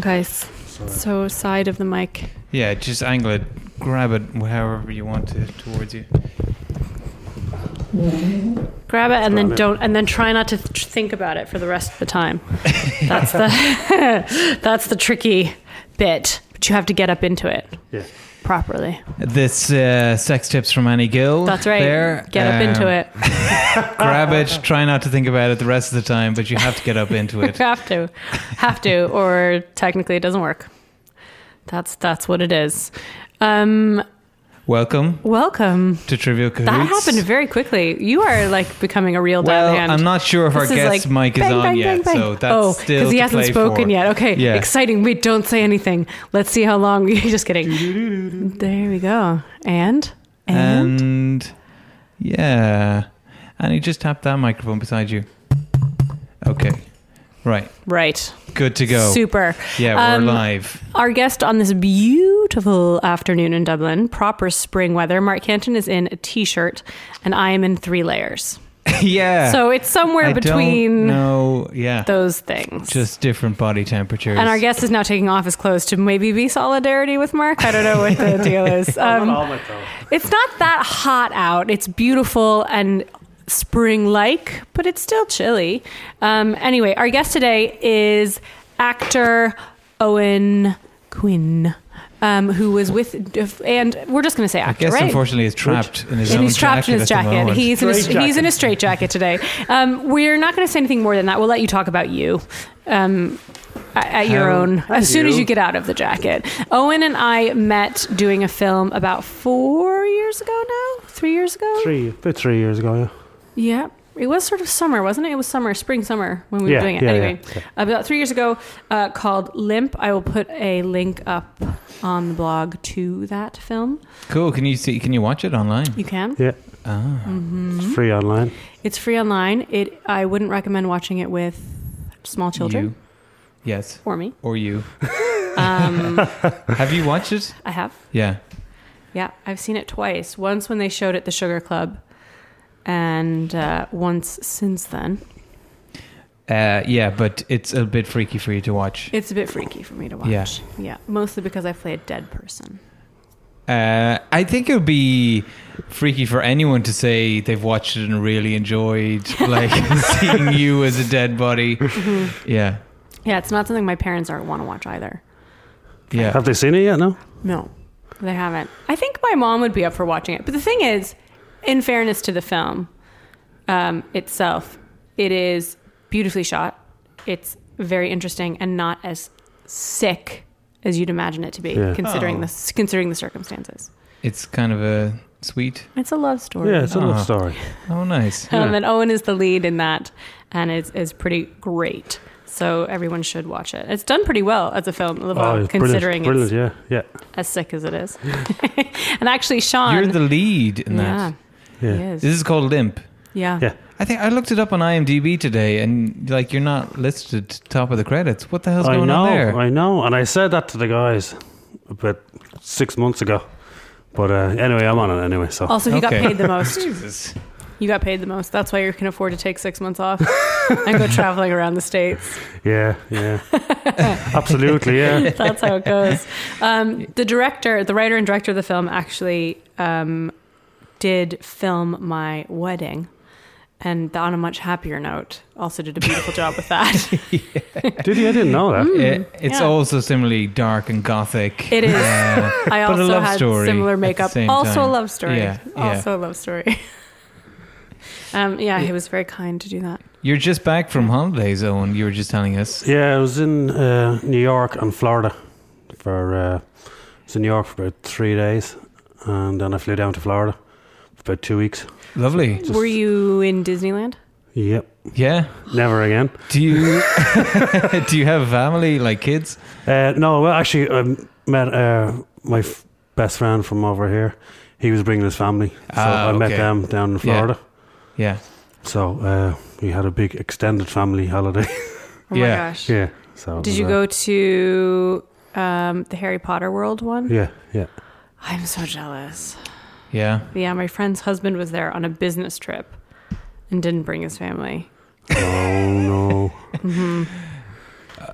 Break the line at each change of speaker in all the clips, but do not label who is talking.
guys. So side of the mic.
Yeah, just angle it, grab it however you want to towards you.
Grab it and
Grab
then
it.
don't and then try not to th- think about it for the rest of the time. That's the that's the tricky bit. But you have to get up into it
Yeah.
properly.
This uh, sex tips from Annie Gill.
That's right.
There,
get up
Um,
into it.
Grab it. Try not to think about it the rest of the time, but you have to get up into it.
have to. Have to or technically it doesn't work. That's that's what it is. Um
Welcome
welcome.
to Trivial Cahoots.
That happened very quickly. You are like becoming a real
Well,
down hand.
I'm not sure if
This
our
is
guest mic is
bang,
on
bang,
yet,
bang, bang.
so that's
oh,
still
he
to
hasn't
play
spoken
for.
yet. Okay,
Yeah.
exciting. Wait, don't say anything. Let's see how long. You're just kidding. there we go. And and
And yeah, Annie, just tap that microphone beside you. Okay, right,
right,
good to go.
super.
Yeah, we're
Um,
live.
Our guest on this beautiful afternoon in Dublin, proper spring weather. Mark Canton is in a t-shirt, and I am in three layers.
yeah.
So it's somewhere
I
between
No, yeah,
those things.
just different body temperatures.
And our guest is now taking off his clothes to maybe be solidarity with Mark. I don't know what the deal is.
Not
Um,
all my problems.
it's not that hot out. It's beautiful and spring like, but it's still chilly. Um, anyway, our guest today is actor Owen Quinn. Um, who was with, and we're just going to say
I
actor,
guess
right?
unfortunately is trapped in his
and
own
he's trapped
jacket
in his
at the
jacket.
moment.
He's in a,
Straight
he's in a straight jacket today. Um, we're not going to say anything more than that. We'll let you talk about you um, at, at your
How
own
are
as soon as
you?
you get out of the jacket. Owen and I met doing a film about four years ago now, three years ago.
Three, about three years ago, yeah.
Yeah. It was sort of summer, wasn't it? It was summer, spring, summer when we
Yeah,
were doing it.
yeah,
anyway,
yeah,
about three years ago, uh, called Limp. I will put a link up on the blog to that film.
cool. Can you see? Can you watch it online?
You can.
Yeah,
Ah,
it's free online.
It's free online. It I wouldn't recommend watching it with small children
You. Yes,
or me.
or you.
Um,
Have you watched it?
I have.
Yeah.
Yeah, I've seen it twice. Once when they showed it at the Sugar Club, and uh, once since then.
Uh, yeah, but it's a bit freaky for you to watch.
It's a bit freaky for me to watch.
Yeah.
yeah. Mostly because I play a dead person.
Uh, I think it would be freaky for anyone to say they've watched it and really enjoyed like seeing you as a dead body.
Mm-hmm.
Yeah,
Yeah, it's not something my parents are want to watch either.
yeah.
Have they seen it yet? No?
No, they haven't. I think my mom would be up for watching it. But the thing is, in fairness to the film um, itself, it is beautifully shot. It's very interesting and not as sick as you'd imagine it to be,
Yeah.
considering
Oh.
the considering the circumstances.
It's kind of a sweet.
It's a love story.
Yeah, it's a
Ah.
love story.
Oh, nice.
Um,
yeah.
And Owen is the lead in that, and it's is pretty great. So everyone should watch it. It's done pretty well as a film,
Oh, it's
considering
brilliant, brilliant, yeah, yeah.
it's as sick as it is. and actually, Sean,
You're the lead in
yeah,
that.
Yeah.
He is.
This is called Limp.
yeah.
Yeah.
I think I looked it up on IMDb today, and like you're not listed top of the credits. What the hell's
I
going
know,
on there?
I know. And I said that to the guys about six months ago. But uh, anyway, I'm on it anyway, so.
Also, he got
Okay.
paid the most.
Jesus.
You got paid the most. That's why you can afford to take six months off and go traveling around the states.
Yeah, yeah. Absolutely, yeah.
That's how it goes. Um, the director, the writer and director of the film, actually um, did film my wedding, and on a much happier note, also did a beautiful job with that.
Did you? I didn't know that.
It- it's
yeah.
also similarly dark and gothic.
It is.
Uh,
I
But a
also
love
had
story at
similar
the
makeup.
same
Also a
time.
love story.
Yeah, yeah.
Also a love story. um, yeah, he was very kind to do that.
You're just back from holidays, Owen. You were just telling us.
Yeah, I was in uh, New York and Florida for. Uh, I was in New York for about three days, and then I flew down to Florida for about two weeks.
Lovely.
Just-
Were you in Disneyland?
Yep,
Yeah.
never again.
Do you do you have family like kids?
Uh, no, well, actually, I met uh, my f- best friend from over here. He was bringing his family, so
Ah,
I met
okay.
them down in
Yeah.
Florida.
Yeah.
So uh, we had a big extended family holiday.
Oh my
Yeah.
gosh.
yeah. So it
Did
was,
you
uh,
go to um, the Harry Potter World one?
Yeah, yeah.
I'm so jealous.
Yeah.
Yeah, my friend's husband was there on a business trip and didn't bring his family.
Oh no.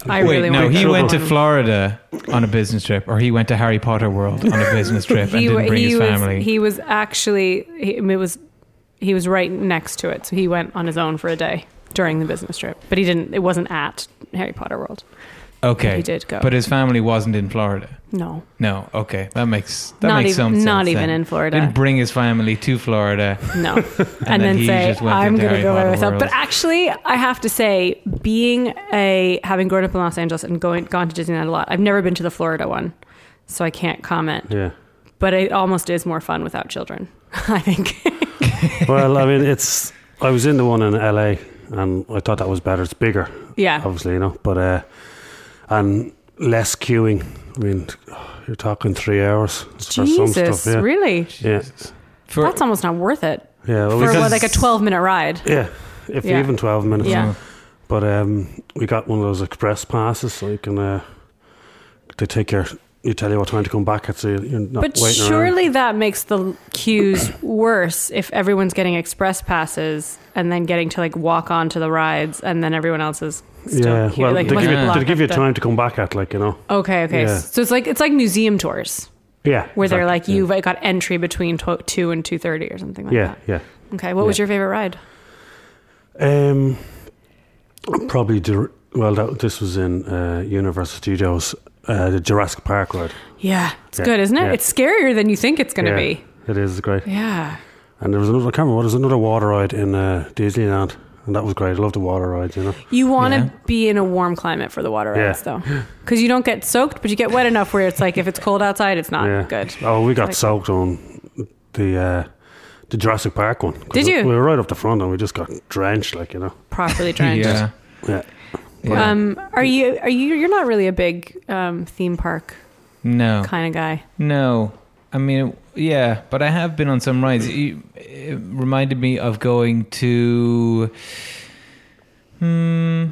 I
Wait,
really
no,
want
he
go
went
on
to
one.
Florida on a business trip, or he went to Harry Potter World on a business trip and
He, wa-
didn't bring
he
his
was
family.
he was actually he, it was he was right next to it, so he went on his own for a day during the business trip. But he didn't. It wasn't at Harry Potter World.
okay,
He did go.
but his family wasn't in Florida.
no,
No, okay, that makes that
not
makes
even
some sense.
not even
then.
in Florida.
Didn't bring his family to Florida,
No. And,
then
then,
he
say,
just went
I'm
into
going to
Harry
go by
Potter
myself.
world.
But actually, I have to say, being a, having grown up in Los Angeles and going, gone to Disneyland a lot, I've never been to the Florida one. So I can't comment.
Yeah.
But it almost is more fun without children, I think.
Well, I mean, it's. I was in the one in LA, and I thought that was better. It's bigger,
yeah.
obviously, you know, but uh, and less queuing. I mean, you're talking three hours for some
Jesus,
stuff. Yeah,
really?
yeah,
For,
That's almost not worth it
yeah. Well,
for
we
what,
Because-
like a 12 minute ride.
yeah, if
Yeah.
even twelve minutes.
Yeah.
oh,
But um, we got one of those express passes, so you can. Uh, they take your. You tell you what time to come back at, so you're not
But
waiting around.
surely that makes the queues worse if everyone's getting express passes and then getting to like walk onto the rides and then everyone else is still
yeah,
queuing.
well,
like, it
they, give
wasn't
you, they
blocked
give you
up the-
time to come back at, like you know,
Okay, okay.
Yeah.
So it's like it's like museum tours
yeah,
where they're like
exactly.
you've like, got entry between tw- two and two thirty or something like
yeah, yeah.
that. Okay, what was
Yeah.
your favorite ride?
Um, probably the well, that, this was in uh, Universal Studios, uh, the Jurassic Park ride.
Yeah, it's
Yeah,
good, isn't it?
yeah.
It's scarier than you think it's going to
Yeah,
be.
It is great.
Yeah.
And there was another. I can't remember. There was another water ride in uh, Disneyland, and that was great. I love the water rides. You know.
You want to
Yeah.
be in a warm climate for the water
Yeah.
rides, though, because you don't get soaked, but you get wet enough where it's like if it's cold outside, it's not
yeah.
Ah, good.
Oh, we got
Like-
soaked on the uh, the Jurassic Park one. 'Cause
Did you?
We were right up the front, and we just got drenched. Like you know.
Properly drenched.
yeah, yeah.
Yeah.
Um, are you are you you're not really a big um, theme park
no,
kind of guy?
No, I mean, yeah, but I have been on some rides. You- It reminded me of going to hmm,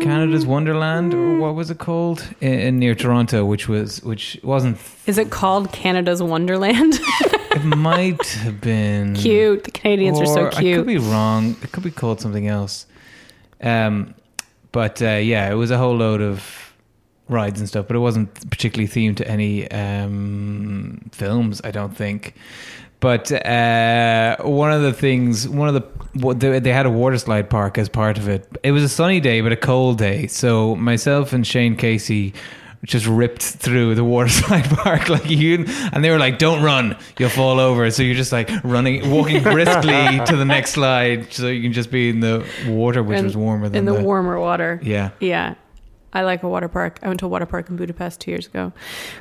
Canada's Wonderland, or what was it called, in, in near Toronto, which was which wasn't.
Is it called Canada's Wonderland?
It might have been
cute. The Canadians are so
Mm. or I could
cute.
be wrong. It could be called something else. Um, but uh, yeah, it was a whole load of rides and stuff, but it wasn't particularly themed to any um, films, I don't think. But uh, one of the things, one of the what they they had a water slide park as part of it. It was a sunny day, but a cold day. So myself and Shane Casey just ripped through the water slide park like you and they were like don't run you'll fall over so you're just like running walking briskly to the next slide so you can just be in the water which
In-
was warmer than
in the,
the
warmer water.
yeah
Yeah. I like a water park. I went to a water park in Budapest two years ago.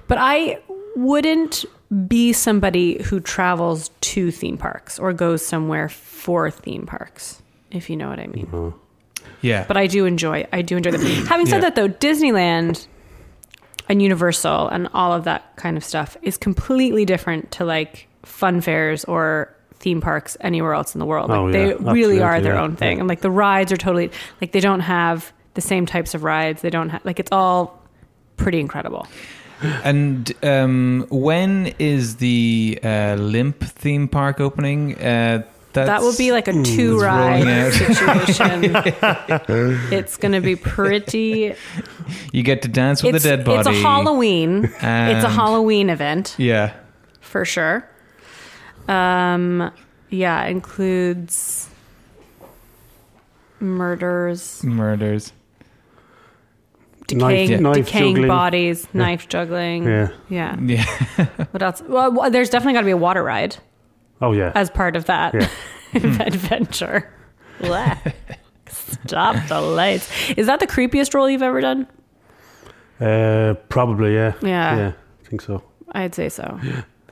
But I wouldn't be somebody who travels to theme parks or goes somewhere for theme parks, if you know what I mean.
yeah
But I do enjoy I do enjoy them. Having said
Yeah.
that though, Disneyland and Universal and all of that kind of stuff is completely different to like fun fairs or theme parks anywhere else in the world. Like
Oh, yeah.
they really are
Absolutely,
their
yeah.
own thing. And like the rides are totally like they don't have the same types of rides. They don't have like it's all pretty incredible.
and um when is the uh limp theme park opening uh that's,
that will be like a two ride
rolling out.
situation. it's going to be pretty
you get to dance with
it's,
a dead body
it's a Halloween. it's a
And-
Halloween event.
yeah
for sure. Um, yeah, includes murders,
murders
decaying,
yeah. Knife
decaying
juggling.
bodies, knife juggling.
Oh, Yeah.
Yeah.
yeah
What else? Well, w- there's definitely got to be a water ride
Oh yeah.
as part of that
Yeah.
adventure. Blech. Stop the lights. Is that the creepiest role you've ever done?
Uh, probably yeah.
Yeah.
Yeah. I think so.
I'd say so.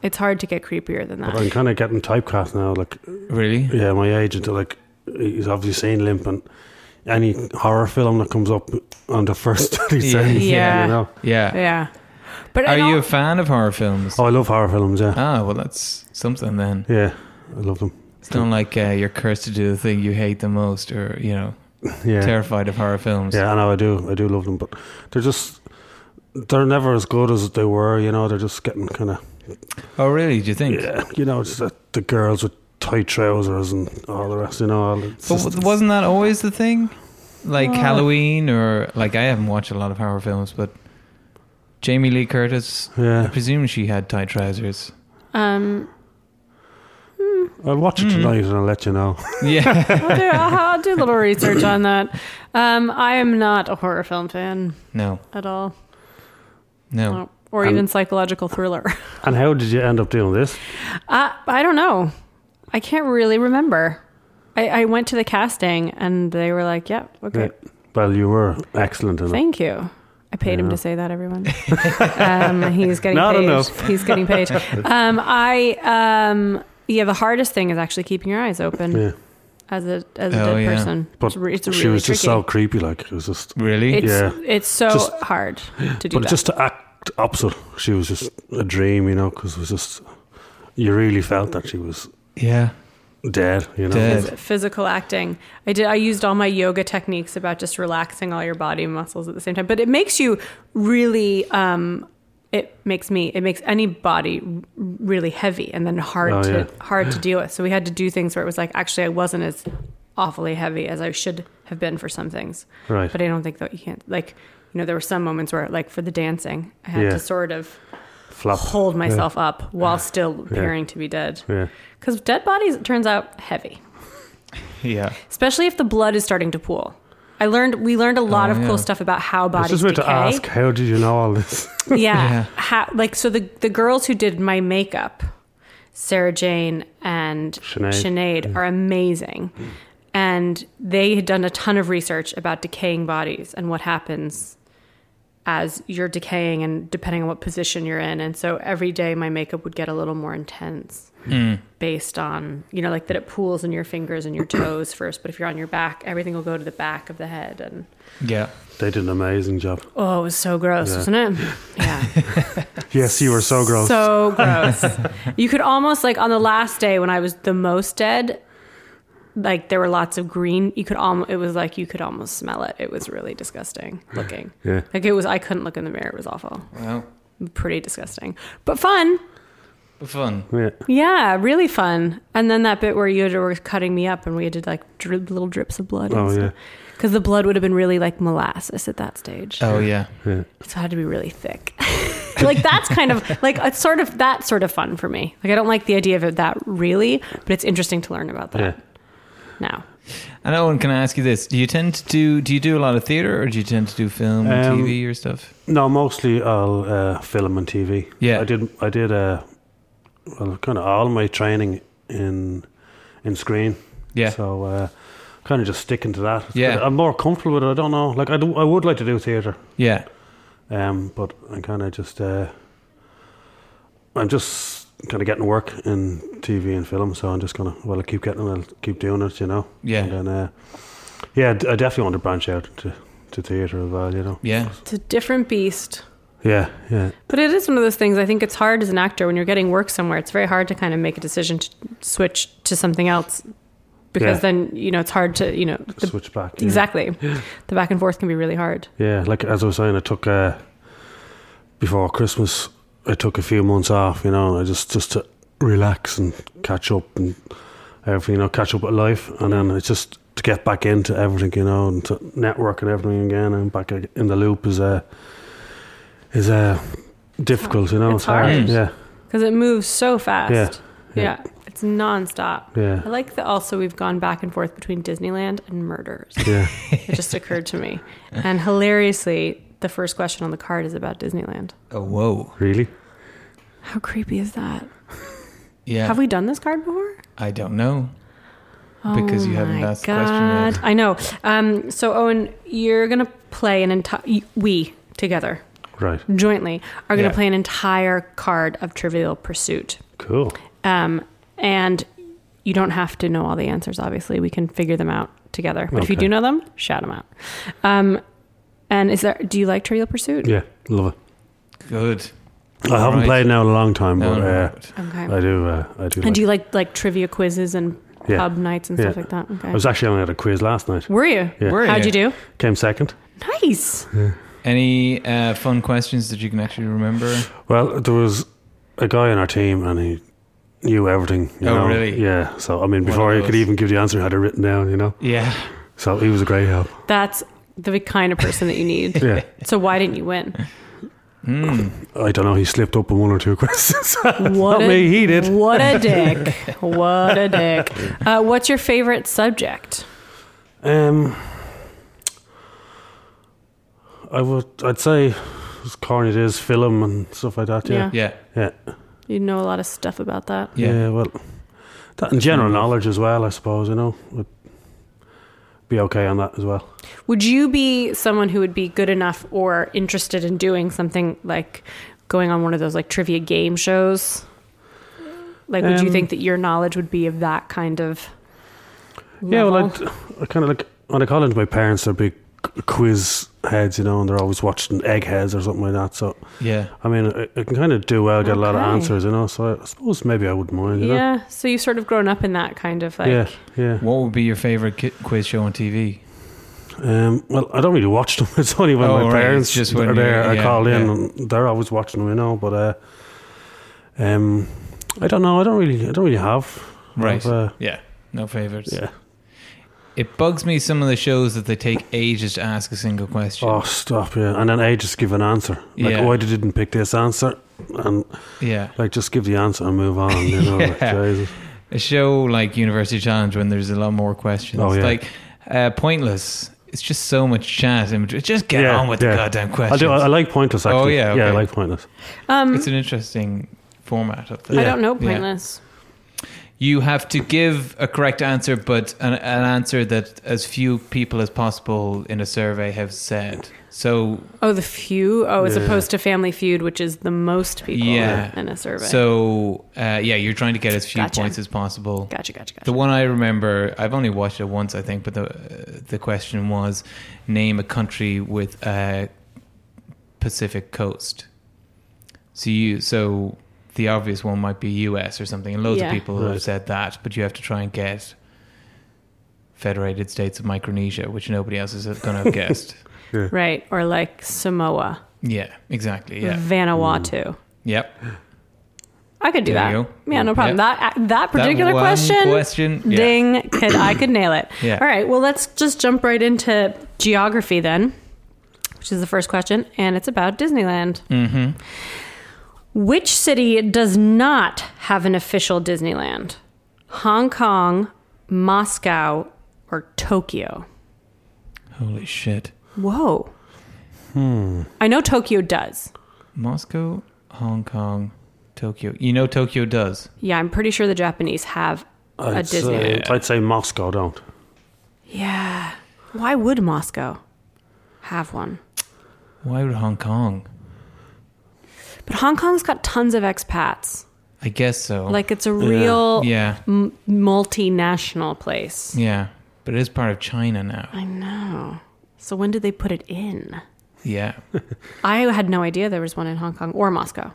It's hard to get creepier than
But
that.
I'm kind of getting typecast now. Like
really
Yeah, my agent, like, he's obviously seen Limp and any horror film that comes up on the first 30
Yeah.
seconds.
Yeah.
You know?
yeah,
Yeah. But
are
in all-
you a fan of horror films
Oh, I love horror films, yeah.
ah well that's something then
Yeah, I love them.
It's not like uh, you're cursed to do the thing you hate the most, or you know,
Yeah.
terrified of horror films.
Yeah, I know, I do. I do love them, but they're just, they're never as good as they were, you know, they're just getting kind of,
Oh, really? Do you think?
yeah, you know, just the, the girls with tight trousers and all the rest, you know. All, it's
But
just-
w- wasn't that always the thing? like
Oh.
Halloween or like I haven't watched a lot of horror films, but Jamie Lee Curtis. I
Yeah,
presume she had tight trousers.
Um,
I'll watch it
Mm-hmm.
Mm.
tonight and I'll let you know.
Yeah,
I'll, do, I'll, I'll do a little research on that. Um, I am not a horror film fan
no,
at all,
no.
or
Um,
even psychological thriller.
And how did you end up doing this?
Uh, I don't know. I can't really remember. I, I went to the casting and they were like, "Yep, okay,
Well, you were excellent in it.
thank you." I paid him
Yeah.
to say that, everyone. um, he's getting
Not
paid.
enough.
He's getting paid. Um, I um, yeah. The hardest thing is actually keeping your eyes open
Yeah,
as a as a
Oh,
dead
yeah.
person.
But
it's, re- it's
she
really
was
tricky.
just so creepy. Like it was just,
Really?
It's
Yeah.
it's so
Just-
hard to do
but
that.
just to act opposite, she was just a dream, you know, because it was just you really felt that she was
yeah,
dead, you know.
Dead.
Phys- physical acting. I did. I used all my yoga techniques about just relaxing all your body muscles at the same time. But it makes you really. Um, it makes me. It makes any body r- really heavy and then hard
Oh,
to
yeah.
hard to deal with. So we had to do things where it was like actually I wasn't as awfully heavy as I should have been for some things.
Right.
But I don't think that you can't like. You know, there were some moments where, like for the dancing, I had
Yeah.
to sort of
Flop.
hold myself up while still appearing to be dead.
Yeah.
Because dead bodies, it turns out, heavy
yeah.
especially if the blood is starting to pool. I learned we learned a lot
Oh,
of
yeah.
cool stuff about how
I was
bodies
just about
decay.
to ask, how did you know all this?
Yeah,
Yeah.
How, like so the the girls who did my makeup, Sarah Jane and
Sinead.
Sinead, are amazing, and they had done a ton of research about decaying bodies and what happens as you're decaying and depending on what position you're in. And so every day my makeup would get a little more intense based on you know like that it pools in your fingers and your toes first but if you're on your back everything will go to the back of the head and
Yeah.
They did an amazing job.
oh it was so gross
Yeah.
wasn't it yeah
Yes, you were so gross.
so gross you could almost like on the last day when i was the most dead like there were lots of green you could almost it was like you could almost smell it it was really disgusting looking
yeah.
like it was i couldn't look in the mirror it was awful
Well,
pretty disgusting but fun
but fun.
Yeah.
yeah really fun and then that bit where yoda were cutting me up and we did like drip, little drips of blood and
Oh,
stuff.
yeah.
Because the blood would have been really like molasses at that stage.
Oh yeah.
Yeah.
So it had to be really thick. like that's kind of like it's sort of that sort of fun for me. Like I don't like the idea of it that really, but it's interesting to learn about that
Yeah.
now.
And Owen, can I ask you this? Do you tend to do? Do you do a lot of theater, or do you tend to do film, and
Um,
TV, or stuff?
No, mostly all uh, film and TV.
Yeah.
I did. I did. Uh, well, kind of all my training in in screen.
Yeah.
So uh, kind of just sticking to that. It's
Yeah.
good. I'm more comfortable with it. I don't know. Like I do. I would like to do theatre.
yeah.
Um, but I'm kind of just. Uh, I'm just kind of getting work in TV and film, so I'm just gonna. Well, I keep getting. it, I'll keep doing it. You know.
Yeah.
And then, uh, yeah, d- I definitely want to branch out to to theatre as well. You know.
Yeah.
It's a different beast.
Yeah. Yeah.
But it is one of those things I think it's hard as an actor when you're getting work somewhere, it's very hard to kind of make a decision to switch to something else because
Yeah.
then, you know, it's hard to, you know, the,
Switch back. yeah.
exactly. The back and forth can be really hard.
Yeah, like as I was saying, I took uh, before Christmas. I took a few months off, you know, and I just just to relax and catch up and everything, you know, catch up with life, and then it's just to get back into everything, you know, and to network and everything again, and back ag- in the loop is uh, is uh, difficult, you know.
It's hard.
Yeah,
Because it moves so fast.
Yeah, yeah.
Yeah, It's nonstop. I
yeah,
like that also we've gone back and forth between Disneyland and murders.
Mm.
yeah.
It just occurred to me. And hilariously, the first question on the card is about Disneyland.
Oh whoa.
Really?
How creepy is that?
Yeah.
Have we done this card before? Oh
I don't know. Because you haven't
my
asked the question yet.
I know. Um, so, Owen, you're going to play an entire. We together,
Right.
jointly, are going to
Yeah.
play an entire card of Trivial Pursuit.
Cool.
Um, and you don't have to know all the answers, obviously. We can figure them out together. But if you
Okay.
do know them, shout them out. Um, and is there, do you like Trivial Pursuit?
Yeah, love it.
Good.
I haven't
Right.
played now in a long time,
No,
but
no,
uh,
Okay.
I do. Uh, I do.
and do you like like trivia quizzes and
Yeah.
pub nights and stuff
Yeah.
like that? Okay.
I was actually only at a quiz last night.
Were you?
Yeah.
Were
How'd you do?
Came second.
Nice.
Any uh, fun questions that you can actually remember?
Well, there was a guy on our team, and he knew everything. You
Oh,
know?
really?
Yeah. So I mean,
One
before
of
he could
those.
even give the answer, he had it written down. You know.
Yeah.
So he was a great help.
That's the kind of person that you need.
Yeah.
So why didn't you win?
Hmm,
I don't know. He slipped up on one or two questions.
What
Not me, he did.
What a dick. What a dick. Uh, what's your favorite subject?
Um, I would. I'd say, as corny it is, film and stuff like that. Yeah.
Yeah.
Yeah.
You know a lot of stuff about that.
Yeah.
Yeah.
well, that and general knowledge as well. I suppose you know would be okay on that as well.
Would you be someone who would be good enough or interested in doing something like going on one of those like trivia game shows? Like, would you
Um,
think that your knowledge would be of that kind of?
Yeah. Well,
level?
I'd, I kind of like when I call into my parents, they're big q- quiz heads, you know, and they're always watching Eggheads or something like that. So
Yeah.
I mean, I, I can kind of do well, get a lot of
Okay.
answers, you know. So I, I suppose maybe I wouldn't mind. You know?
yeah. So you've sort of grown up in that kind of like.
Yeah, yeah.
What would be your favorite ki- quiz show on TV?
Um, well, I don't really watch them. It's only when
Oh,
my
right.
parents
It's just when
are there.
you're-
I
yeah,
call in,
yeah.
and they're always watching them, you know. But uh, um, I don't know. I don't really. I don't really have.
Right.
Have, uh,
yeah. No favorites.
yeah.
It bugs me some of the shows that they take ages to ask a single question.
Oh, stop. Yeah. And then I just give an answer. Like,
Yeah.
why they didn't pick this answer? And
Yeah.
like, just give the answer and move on. You know. like,
Yeah.
Jesus.
A show like University Challenge when there's a lot more questions.
Oh, yeah.
Like uh, Pointless. It's just so much chat in between. Just get
Yeah,
on with
yeah.
the goddamn
I
questions.
do. I, I like pointless. Actually.
Oh, yeah,
Yeah, I
okay.
like pointless.
Um,
it's an interesting format up there.
I
Yeah.
don't know.
Yeah.
Pointless.
You have to give a correct answer, but an, an answer that as few people as possible in a survey have said. So,
Oh, the few. Oh, as
Yeah.
opposed to Family Feud, which is the most people
Yeah.
in a survey.
so uh, yeah, you're trying to get as few
Gotcha.
points as possible.
gotcha, gotcha, gotcha.
The one I remember, I've only watched it once, I think, but the uh, the question was, name a country with a Pacific coast. So you, so the obvious one might be U.S. or something, and loads
Yeah.
of people
Right.
have said that, but you have to try and get Federated States of Micronesia, which nobody else is going to have guessed.
right, or like Samoa,
Yeah, exactly.
Mm-hmm.
Yeah, Mm.
Vanuatu.
yep.
I could do
There
that.
you go.
Yeah, no problem. That that particular
that one
question,
question, yeah.
ding, could I could nail it.
Yeah.
All right. Well, let's just jump right into geography then, which is the first question, and it's about Disneyland. Mm-hmm. Which city does not have an official Disneyland? Hong Kong, Moscow, or Tokyo?
Holy shit!
Whoa.
Hmm.
I know Tokyo does.
Moscow, Hong Kong, Tokyo. You know Tokyo does.
Yeah, I'm pretty sure the Japanese have a
I'd
Disneyland.
say, I'd say Moscow. Don't.
Yeah. Why would Moscow have one?
Why would Hong Kong?
But Hong Kong's got tons of expats.
I guess so.
Like it's a real
yeah,
m- multinational place.
yeah, but it is part of China now.
I know. So when did they put it in?
Yeah,
I had no idea there was one in Hong Kong or Moscow.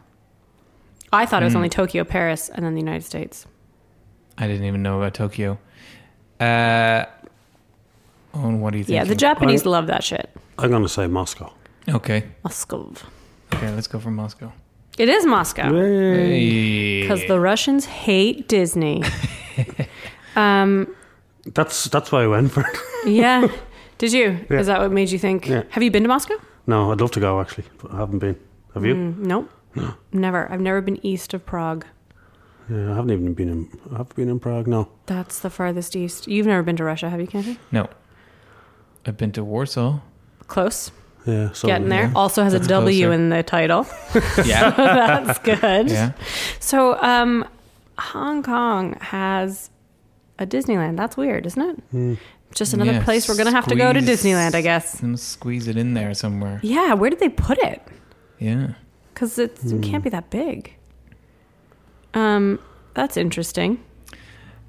I thought it
Hmm.
was only Tokyo, Paris, and then the United States.
I didn't even know about Tokyo. Uh, oh, and what do you think?
Yeah, the Japanese love that shit.
I'm gonna say Moscow.
Okay,
Moscow.
okay, let's go for Moscow.
It is Moscow. Because
Hey.
Mm, the Russians hate Disney.
That's that's why I went for it.
Yeah. Did you? Is that what made you think?
Yeah.
Have you been to Moscow?
No, I'd love to go actually, but I haven't been. Have you?
Nope. Never. I've never been east of Prague.
Yeah, I haven't even been in. I have been in Prague. No.
That's the farthest east. You've never been to Russia, have you, Candy?
No, I've been to Warsaw.
Close.
Yeah. So
Getting there. Also has a
Oh, That's
W
closer.
in the title.
Yeah,
That's good.
yeah.
So, um, Hong Kong has a Disneyland. That's weird, isn't it?
Hmm.
Just another
Yeah,
place we're going to have to go to
squeeze-
Disneyland, I guess.
Let me squeeze it in there somewhere.
Yeah, where did they put it?
Yeah.
Because it
Hmm.
can't be that big. Um, that's interesting.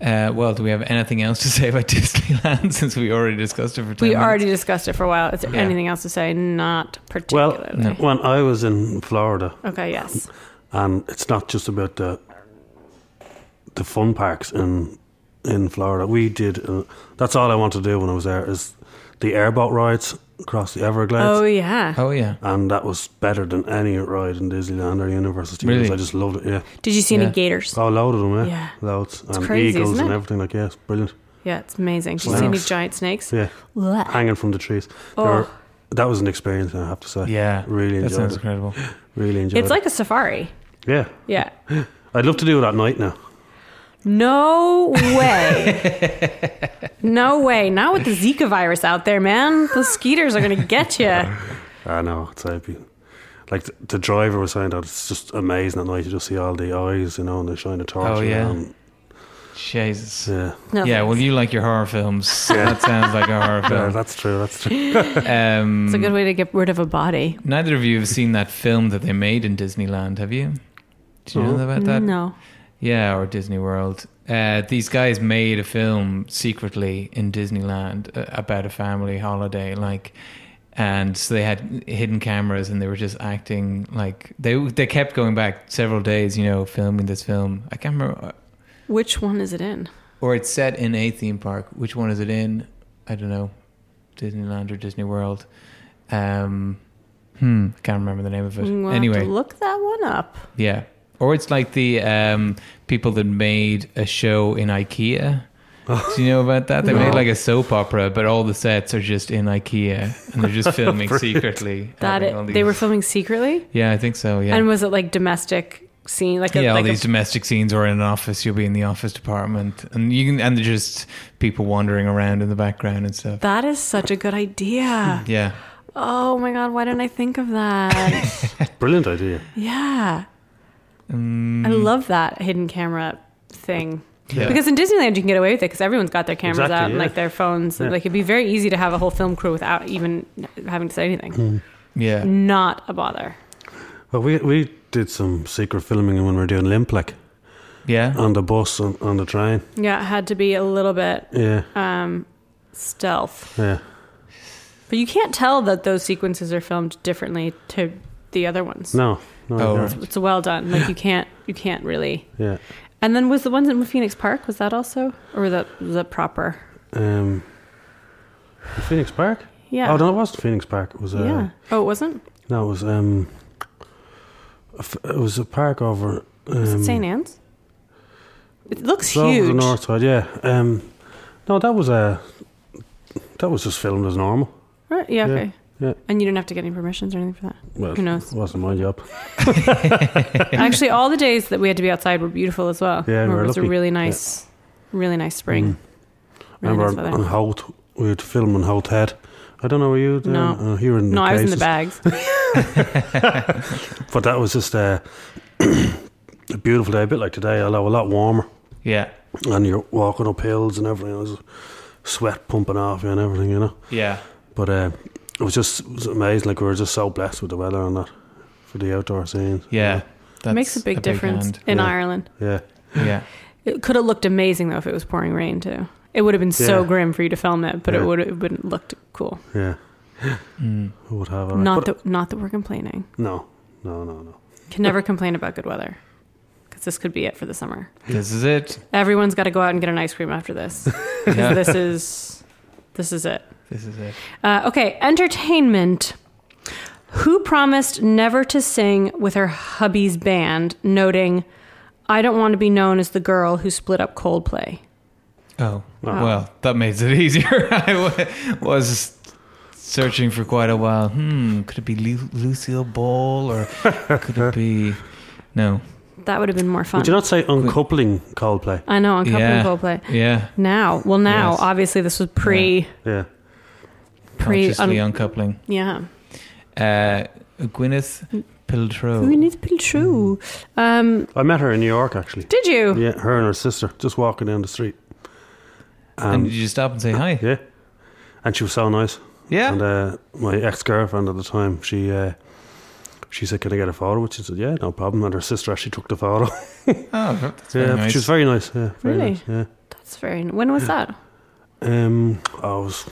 Uh, well, do we have anything else to say about Disneyland since we already discussed it for 10
We
minutes?
already discussed it for a while. Is there
Yeah.
anything else to say? Not
Well,
particularly.
when I was in Florida,
Okay, yes.
and it's not just about the the fun parks in in Florida. We did. Uh, that's all I wanted to do when I was there is the airboat rides across the Everglades.
Oh, yeah.
Oh, yeah.
And that was better than any ride in Disneyland or Universal Studios.
Really?
I just loved it. Yeah,
Did you see
Yeah.
any gators?
oh, load of them. Yeah,
Yeah.
loads and
crazy,
eagles
isn't
and
it?
everything. Like, yes, brilliant.
Yeah, it's amazing. She's
Wow.
seen these giant snakes.
Yeah,
Blech.
hanging from the trees. They
Oh.
were- that was an experience, I have to say.
Yeah,
Really
that
enjoyed
sounds
it.
incredible.
Really enjoyed
It's
it.
like a safari.
yeah,
Yeah.
I'd love to do it at night now.
No way. no way. Not with the Zika virus out there, man. Those skeeters are going to get you.
I know Ah, it's I'd be, like the, the driver was saying that it's just amazing at night. You just see all the eyes, you know, and they shine a torch.
Oh, yeah.
and,
Jesus.
yeah.
No,
Yeah,
thanks.
well, you like your horror films.
Yeah.
That sounds like a horror
Yeah,
film.
that's true. That's true.
Um,
it's a good way to get rid of a body.
Neither of you have seen that film that they made in Disneyland, have you? Do you know
No.
about that?
No.
Yeah, or Disney World. Uh, these guys made a film secretly in Disneyland uh, about a family holiday, like, and so they had hidden cameras and they were just acting like they they kept going back several days, you know, filming this film. I can't remember,
Which one is it in?
or it's set in a theme park. Which one is it in? I don't know, Disneyland or Disney World. Um, hmm, I can't remember the name of it.
We'll have
anyway,
to look that one up.
yeah. Or it's like the um, people that made a show in IKEA. Do you know about that? They
No.
made like a soap opera, but all the sets are just in IKEA, and they're just filming secretly.
That
having all
it,
these-
they were filming secretly,
yeah, I think so. Yeah,
and was it like domestic scene? Like a,
yeah. all
like a-
these domestic scenes, or in an office, you'll be in the office department, and you can, and they're just people wandering around in the background and stuff.
that is such a good idea.
Yeah,
Oh my god, why didn't I think of that?
Brilliant idea.
yeah, I
Mm.
love that hidden camera thing.
Yeah.
Because in Disneyland you can get away with it because everyone's got their cameras
Exactly,
out and
yeah.
like their phones.
Yeah.
Like it'd be very easy to have a whole film crew without even having to say anything. Mm.
yeah.
Not a bother.
Well, we we did some secret filming when we were doing Limplek
Yeah,
on the bus and on the train.
Yeah, it had to be a little bit
Yeah,
um, stealth.
yeah.
But you can't tell that those sequences are filmed differly to the other ones.
No, no.
Oh,
yeah.
right.
It's well done. Like you can't you can't really.
Yeah.
And then was the ones in Phoenix Park was that also or was that was that proper?
Um, Phoenix Park.
Yeah.
Oh no, it wasn't Phoenix Park. It was uh,
yeah. Oh, it wasn't.
No, it was um, a f- it was a park over. Um,
Was it St. Anne's? It looks
it's over
huge.
The north side, yeah. Um, no, that was a that was just filmed as normal.
Right? Yeah.
Yeah,
Okay.
yeah.
And you didn't have to get any permissions or anything for that.
Well,
Who knows?
It wasn't my job.
Actually, all the days that we had to be outside were beautiful as well.
Yeah, we
Remember,
were
it was a
lucky.
really nice, really nice spring.
Mm.
Really nice
Remember uh,
weather.
on Holt, we'd film on Holt Head. I don't know, were you there?
No.
Uh, you were in
no,
the
I was in the
places.
bags.
But that was just uh, a beautiful day, a bit like today, although a lot warmer.
yeah,
And you're walking up hills and everything. It was sweat pumping off you and everything, you know.
yeah.
But uh, it was just it was amazing. Like we were just so blessed with the weather and that for the outdoor scenes.
Yeah,
It makes a
That's
big difference
hand.
in
Yeah.
Ireland.
yeah.
Yeah,
It could have looked amazing though if it was pouring rain too. It would have been so
Yeah.
grim for you to film it, but it
Yeah.
would it wouldn't looked cool.
Yeah,
Mm.
who would have it?
Not that not that we're complaining.
no, no, no, no.
Can never complain about good weather because this could be it for the summer.
this is it.
Everyone's got to go out and get an ice cream after this. 'Cause
Yeah.
This is this is it.
This is it.
Uh, okay, entertainment. Who promised never to sing with her hubby's band, noting, "I don't want to be known as the girl who split up Coldplay."
Oh, well, that makes it easier. I wa- was searching for quite a while. Hmm, could it be Lu- Lucille Ball or could it be. No.
That would have been more fun.
Would you not say uncoupling Coldplay?
I know, on Couple
yeah.
and Coldplay.
Yeah.
Now, well, now,
Yes.
obviously, this was pre,
Yeah,
pre,
Consciously
un-
uncoupling.
yeah.
Uh,
Mm.
Gwyneth
We
Paltrow.
need to be true. Um,
I met her in New York actually.
did you?
Yeah, her and her sister just walking down the street.
And
And
did you stop and say hi?
yeah, and she was so nice. And
Yeah.
uh, my ex girlfriend at the time, she uh, she said, "Can I get a photo?" Which she said, "Yeah, no problem." And her sister actually took the photo.
Oh, that's very
yeah,
nice.
she was very nice. Yeah, very
Really?
nice. Yeah.
That's very. When was that?
Um, I was,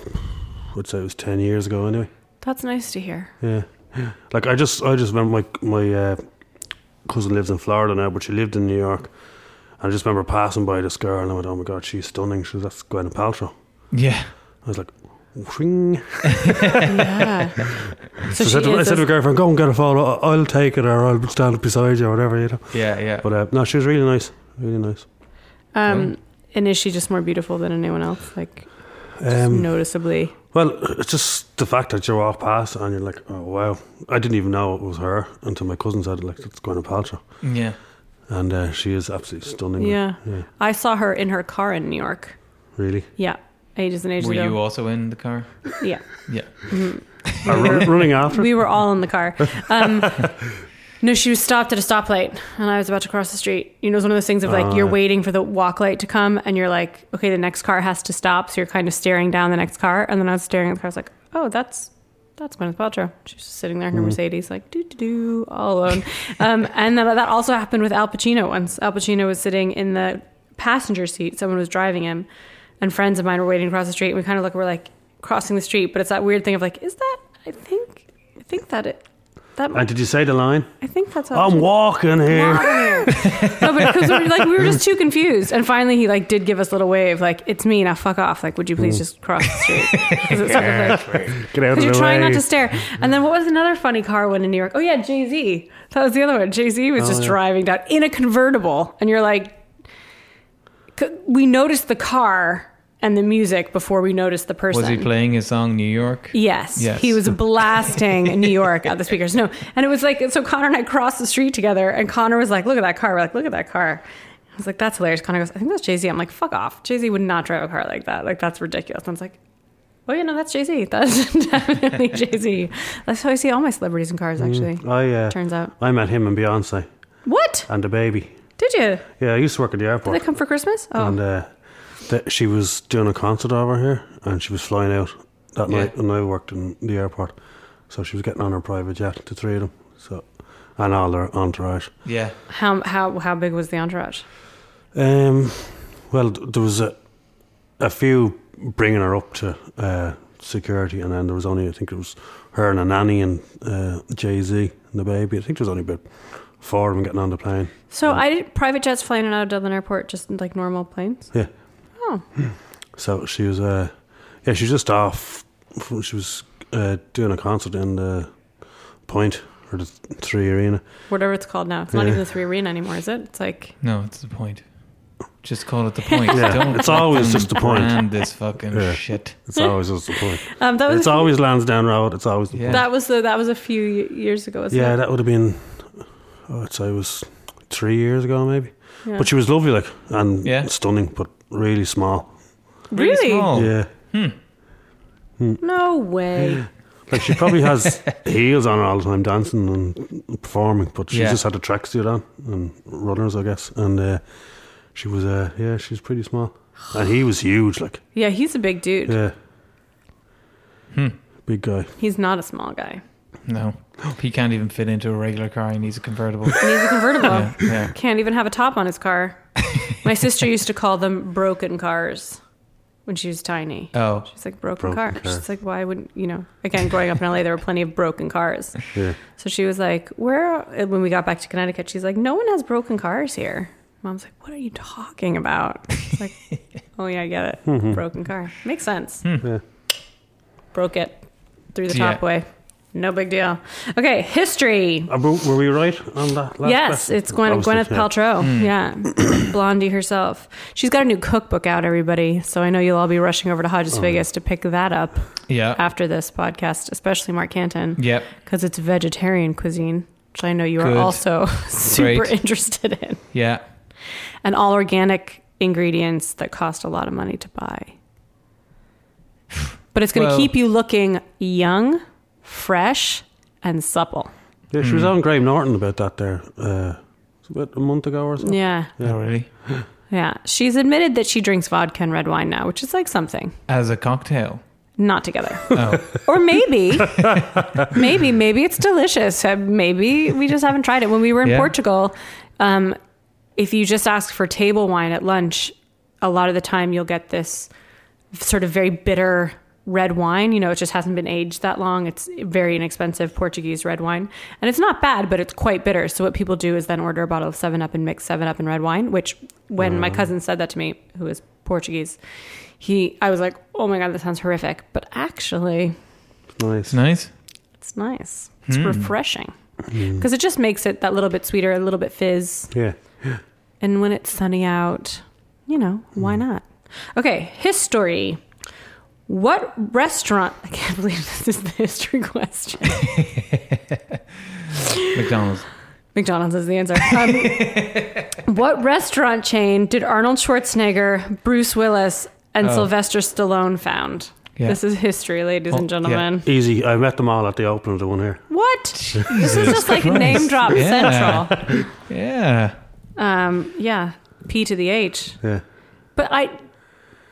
I would say it was ten years ago anyway.
That's nice to hear.
Yeah, like I just I just remember my my uh, cousin lives in Florida now, but she lived in New York. And I just remember passing by this girl, and I went, "Oh my god, she's stunning!" She was that's Gwyneth Paltrow.
yeah.
I was like, "Whing."
Yeah. so
So I
she
said, to, I
is
said to my
a,
girlfriend, "Go and get a photo. I- I'll take it, or I'll stand beside you, or whatever you know."
Yeah, yeah.
But uh, no, she was really nice, really nice.
um, And is she just more beautiful than anyone else? Like just noticeably.
Um, Well, it's just the fact that you walk past and you're like, oh wow, I didn't even know it was her until my cousin said it. Like it's Gwyneth Paltrow,
Yeah.
and uh, she is absolutely stunning.
Yeah. I saw her in her car in New York.
really.
Yeah. Ages and ages
Were you
ago.
also in the car?
yeah.
Yeah.
Are
were-
run- running after?
We were all in the car. Um, no, she was stopped at a stoplight and I was about to cross the street. You know, it's one of those things of like
Ah.
you're waiting for the walk light to come and you're like, okay, the next car has to stop. So you're kind of staring down the next car. And then I was staring at the car. I was like, oh, that's. That's Gwyneth Paltrow. She's just sitting there in her Mercedes, like doo doo doo, all alone. um, and then that also happened with Al Pacino once. Al Pacino was sitting in the passenger seat. Someone was driving him, and friends of mine were waiting across the street. And we kind of look, we're like crossing the street, but it's that weird thing of like, is that? I think, I think that it, that
and Uh, did you say the line?
I think that's how.
I'm walking here.
no, but because we were like we were just too confused, and finally he like did give us a little wave, like it's me now, fuck off, like would you please just cross the street? Because it's sort of like
Get
because
out of the
you're trying
way.
not to stare. And then what was another funny car one in New York? Oh yeah, Jay Z. That was the other one. Jay Z was just driving down in a convertible, and you're like, c- we noticed the car and the music before we noticed the person.
Was he playing his song New York?
Yes.
Yes.
He was blasting New York at the speakers. No. And it was like, so Connor and I crossed the street together, and Connor was like, look at that car. We're like, look at that car. I was like, that's hilarious. Connor goes, I think that's Jay Z. I'm like, fuck off. Jay Z would not drive a car like that. Like, that's ridiculous. And I was like, oh, yeah, no, that's Jay Z. That's definitely Jay Z. That's how I see all my celebrities in cars, actually.
I uh,
Turns out.
I met him and Beyonce
What?
and the baby.
Did you?
Yeah, I used to work at the
Did
airport,
they come for Christmas? Oh.
and uh, th- she was doing a concert over here, and she was flying out that
Yeah.
night, and I worked in the airport, so she was getting on her private jet, the three of them, so and all their entourage.
Yeah.
How, how, how big was the entourage?
Um, well, th- there was a a few bringing her up to uh, security, and then there was only I think it was her and a nanny and uh, Jay Z and the baby. I think there was only about four of them getting on the plane.
So I did private jets flying in and out of Dublin Airport, just like normal planes.
Yeah.
Oh.
So she was, uh, yeah, she was just off. She was uh, doing a concert in the Point or the Three Arena.
whatever it's called now. It's not
Yeah.
even the Three Arena anymore, is it? It's like
No, it's the point. Just call it the point.
Yeah,
Don't
it's always
fucking
just the point.
brand this fucking
Yeah.
shit.
It's always just the Point.
um, Hmm. that was
It's always Lansdowne Road. It's always the
Yeah.
Point.
that was the that was a few y- years ago, wasn't
Yeah,
it?
that would have been. Oh, I'd say it was three years ago, maybe.
Yeah.
But she was lovely, like, and
Yeah. Oh.
stunning, but really small.
Really?
small.
Yeah,
No way.
like she probably has heels on her all the time, dancing and performing. But she
Yeah.
just had a tracksuit on and runners, I guess. And uh, she was, uh, yeah, she was pretty small, and he was huge, like,
Yeah, he's a big dude.
yeah,
Hmm.
big guy.
He's not a small guy.
No. He can't even fit into a regular car. He needs a convertible.
And he's a convertible.
yeah. Yeah.
Can't even have a top on his car. My sister used to call them broken cars when she was tiny.
Oh.
She's like broken,
Broken
car.
car.
She's like, why wouldn't you know? Again, growing up in LA, there were plenty of broken cars.
Yeah,
So she was like, "Where?" When we got back to Connecticut, she's like, "No one has broken cars here." Mom's like, "What are you talking about?" It's like, "Oh yeah, I get it. broken car makes sense.
yeah.
Broke it through the
Yeah.
top way. No big deal." Okay, history.
Uh, were were we right on that? Last
yes,
question?
it's Gwen-
Obviously,
Gwyneth
yeah.
Paltrow. Yeah, Blondie herself. She's got a new cookbook out, everybody. So I know you'll all be rushing over to Hodges Vegas to pick that up
Yeah.
after this podcast, especially Mark Canton.
Yep.
because it's vegetarian cuisine, which I know you are
Good.
also super
Great.
interested in,
Yeah.
and all organic ingredients that cost a lot of money to buy. But it's going to
Well-
keep you looking young, fresh, and supple.
Yeah, she was
Hmm.
on Graham Norton about that there. Uh, it's about a month ago or so.
Yeah,
Yeah.
Oh, really?
yeah. She's admitted that she drinks vodka and red wine now, which is like something.
As a cocktail.
Not together.
Oh.
Or maybe, maybe, maybe it's delicious. Uh, Maybe we just haven't tried it. When we were in
Yeah.
Portugal, um, if you just ask for table wine at lunch, a lot of the time you'll get this sort of very bitter red wine. You know, it just hasn't been aged that long. It's very inexpensive Portuguese red wine. And it's not bad, but it's quite bitter. So what people do is then order a bottle of 7 Up and mix 7 Up and red wine, which when my cousin said that to me, who is Portuguese, he I was like, "Oh my god, that sounds horrific." But actually,
Nice.
It's nice.
it's nice. It's
Hmm.
refreshing. 'Cause refreshing because it just makes it that little bit sweeter, a little bit fizz.
Yeah.
And when it's sunny out, you know, why not? Okay, history. What restaurant? I can't believe this is the history question.
McDonald's.
McDonald's is the answer. Um, what restaurant chain did Arnold Schwarzenegger, Bruce Willis, and
Oh.
Sylvester Stallone found?
Yeah.
This is history, ladies
Oh,
and
yeah.
gentlemen.
Easy. I met them all at the opening of the one here.
What? This is just like
Christ.
name drop
Yeah.
central.
Yeah.
Um, yeah, P to the H.
Yeah.
But I,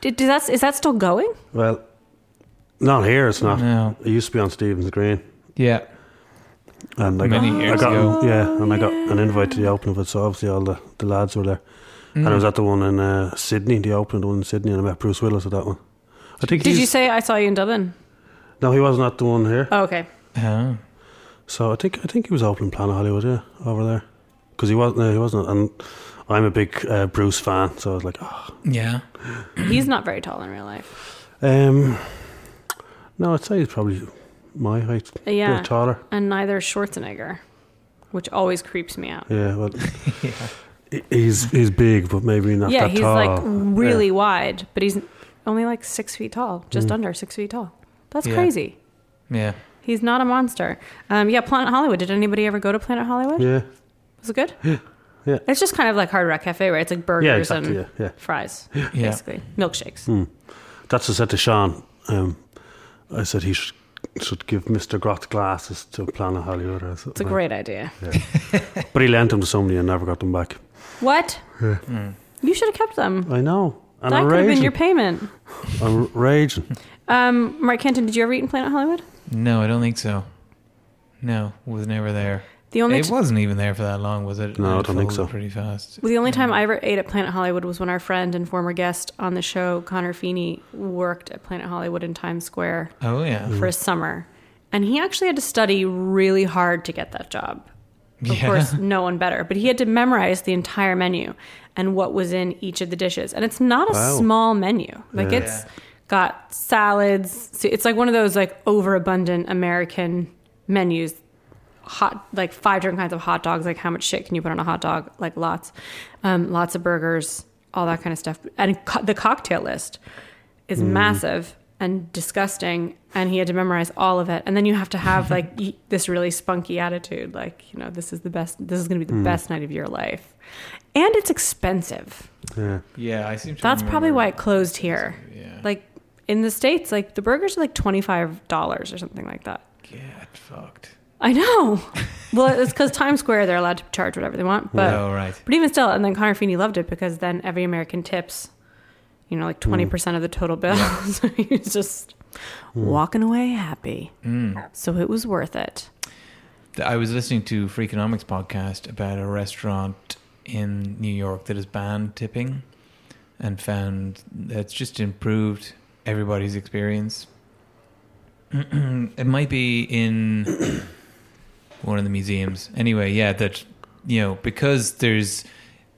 did, did that, is that still going?
Well, not here. It's not.
No.
It used to be on Stevens Green,
Yeah.
and I
Many
got,
years
I got
ago.
yeah, and I got
Oh,
an invite
yeah.
to the opening of it. So obviously all the, the lads were there, and I
Mm.
was at the one in uh, Sydney, the opening the one in Sydney, and I met Bruce Willis at that one. I think
Did
he's,
you say I saw you in Dublin?
no, he wasn't at the one here.
Oh, okay.
Oh.
So I think I think he was opening Planet Hollywood, yeah, over there, because he wasn't. No, he wasn't. And I'm a big uh, Bruce fan, so I was like, oh.
Yeah.
He's not very tall in real life.
um, no, I'd say he's probably my height, a
Uh, Yeah.
bit taller.
And neither is Schwarzenegger, which always creeps me out.
Yeah, well, he- he's he's big, but maybe not
yeah,
that
he's
tall.
like really wide, but he's only like six feet tall,
Mm.
just under six feet tall. That's
Yeah.
crazy.
Yeah.
He's not a monster. Um, yeah, Planet Hollywood. Did anybody ever go to Planet Hollywood?
yeah,
Was it good?
yeah.
It's just kind of like Hard Rock Cafe, right? It's like burgers
yeah, exactly.
and
Yeah, yeah. Mm.
fries,
Yeah.
basically milkshakes.
That's what I said to Sean. Um, I said he should should give Mister Grott glasses to Planet Hollywood. or
It's a
something.
great idea.
But he lent them to somebody and never got them back.
What?
Hmm.
You should have kept them.
I know. And
that
I'm
could have been
raging.
your payment.
I'm raging.
Um, Mark Canton, did you ever eat in Planet Hollywood?
No, I don't think so. No, was never there.
The only
it wasn't even there for that long, was it?
No, I
It
don't think
folded
so.
Pretty fast.
Well, the only time I ever ate at Planet Hollywood was when our friend and former guest on the show, Connor Feeney, worked at Planet Hollywood in Times Square
Oh yeah.
Hmm.
for a summer. And he actually had to study really hard to get that job. Of
Yeah.
course, no one better. But he had to memorize the entire menu and what was in each of the dishes. And it's not a
Wow.
small menu. Like
Yeah.
it's got salads. So it's like one of those like overabundant American menus. Hot like five different kinds of hot dogs. Like how much shit can you put on a hot dog? Like lots, um, lots of burgers, all that kind of stuff. And co- the cocktail list is massive and disgusting and he had to memorize all of it and then you have to have like y- this really spunky attitude like you know this is the best this is going to be the best night of your life and it's expensive
Yeah.
Yeah, I seem to.
that's probably why
remember.
it closed here
Yeah.
like in the states like the burgers are like $25 or something like that
Get fucked.
i know well it's because times square they're allowed to charge whatever they want but
oh right.
but even still, and then Connor Feeney loved it because then every American tips, you know, like
Mm.
20% of the total bill. so he's just walking away happy.
Mm.
So it was worth it.
Th- I was listening to Freakonomics podcast about a restaurant in New York that has banned tipping and found that's just improved everybody's experience. it might be in one of the museums. Anyway, yeah, that you know, because there's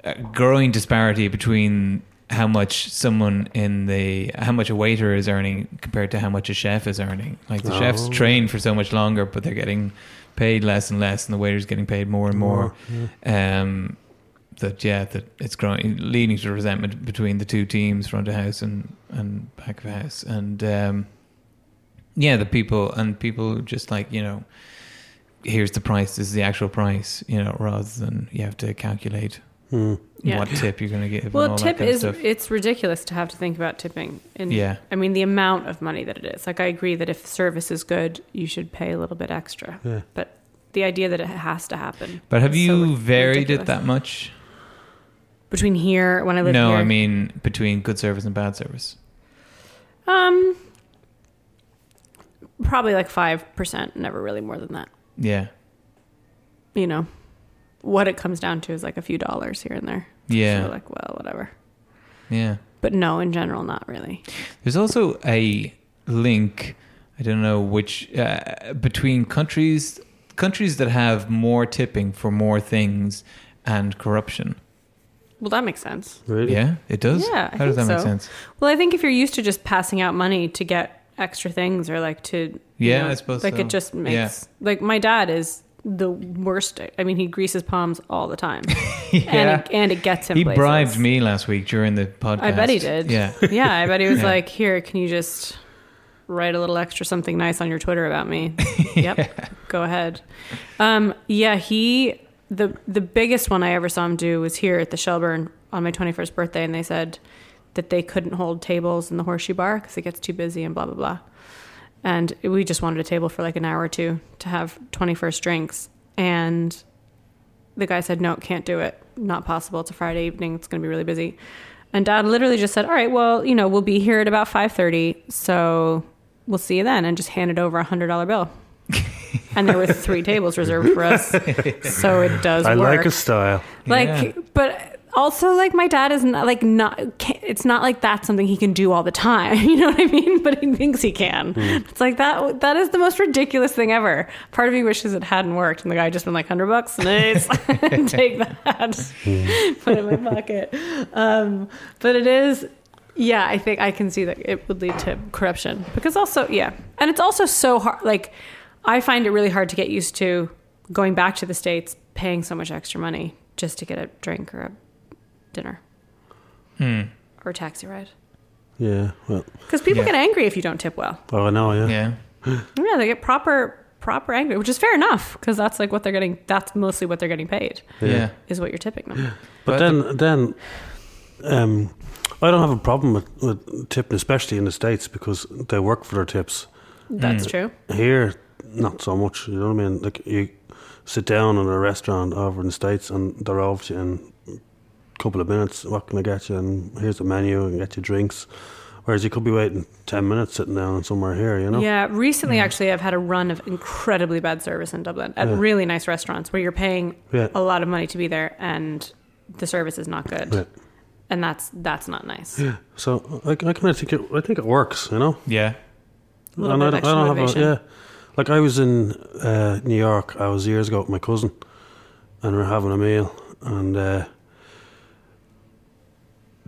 a growing disparity between how much someone in the how much a waiter is earning compared to how much a chef is earning. Like the chef's
Oh.
trained for so much longer, but they're getting paid less and less, and the waiter's getting paid more and more.
Yeah.
Um, that yeah, that it's growing, leading to resentment between the two teams, front of house and and back of house, and um, yeah, the people and people just like you know, here's the price, this is the actual price, you know, rather than you have to calculate
Mm.
Yeah.
what tip you're going to give. and
Well,
all
tip
that kind
is,
of stuff.
it's ridiculous to have to think about tipping. And
Yeah.
I mean, the amount of money that it is. Like, I agree that if service is good, you should pay a little bit extra.
Yeah.
But the idea that it has to happen.
But have
is so
you
ri-
varied it
ridiculous.
that much?
Between here, when I lived
No,
here.
I mean between good service and bad service.
Um, probably like 5%, never really more than that.
Yeah,
you know, what it comes down to is like a few dollars here and there.
Yeah.
So like, well, whatever.
yeah.
But no, in general, not really.
There's also a link. I don't know which uh, between countries countries that have more tipping for more things and corruption.
Well, that makes sense.
Really?
Yeah, it does.
Yeah, I
how does that
think
make
so.
sense?
Well, I think if you're used to just passing out money to get extra things or like to, you
Yeah,
know,
I suppose
like
so.
it just
Yeah.
makes like my dad is the worst. I mean, he greases palms all the time,
Yeah.
and it, and it gets him.
he
places.
bribed me last week during the podcast.
I bet he did.
Yeah.
yeah. I bet he was
Yeah.
like, "Here, can you just write a little extra something nice on your Twitter about me?" Yep, go ahead. Um, yeah, he the the biggest one I ever saw him do was here at the Shelburne on my twenty first birthday, and they said that they couldn't hold tables in the Horseshoe Bar because it gets too busy and blah blah blah. And we just wanted a table for like an hour or two to have twenty first drinks, and the guy said, No, can't do it. Not possible. It's a Friday evening. It's going to be really busy. And dad literally just said, All right, well, you know, we'll be here at about 5.30. So we'll see you then. And just handed over a $100 bill. and there were three tables reserved for us. So it does
I
work.
like a style.
Like, but also like my dad is not like not. Can, it's not like that's something he can do all the time. You know what I mean? But he thinks he can. It's like that. That is the most ridiculous thing ever. Part of me wishes it hadn't worked, and the guy just been like hundred bucks, nice, take that, put it in my pocket. Um, but it is. Yeah, I think I can see that it would lead to corruption because also, yeah, and it's also so hard. Like, I find it really hard to get used to going back to the states, paying so much extra money just to get a drink or a dinner or a taxi ride.
Yeah. Well,
Because people
Yeah.
get angry if you don't tip well.
oh, I know. Yeah.
Yeah.
Yeah, they get proper proper angry, which is fair enough because that's like what they're getting. That's mostly what they're getting paid
Yeah. yeah.
is what you're tipping them.
But
But then, then, um, I don't have a problem with, with tipping, especially in the states, because they work for their tips.
That's true.
Here, not so much. You know what I mean? Like you sit down in a restaurant over in the states, and they're over to you in a couple of minutes. What can I get you? And here's the menu, and get you drinks. Whereas you could be waiting ten minutes sitting down somewhere here. You know?
Yeah, recently actually, I've had a run of incredibly bad service in Dublin at really nice restaurants where you're paying
Yeah.
a lot of money to be there and the service is not good,
Yeah.
and that's that's not nice.
So I, I kind of think it. I think it works. You know.
A little bit of extra motivation.
yeah. Like I was in uh, New York, I was years ago with my cousin, and we were having a meal, and uh,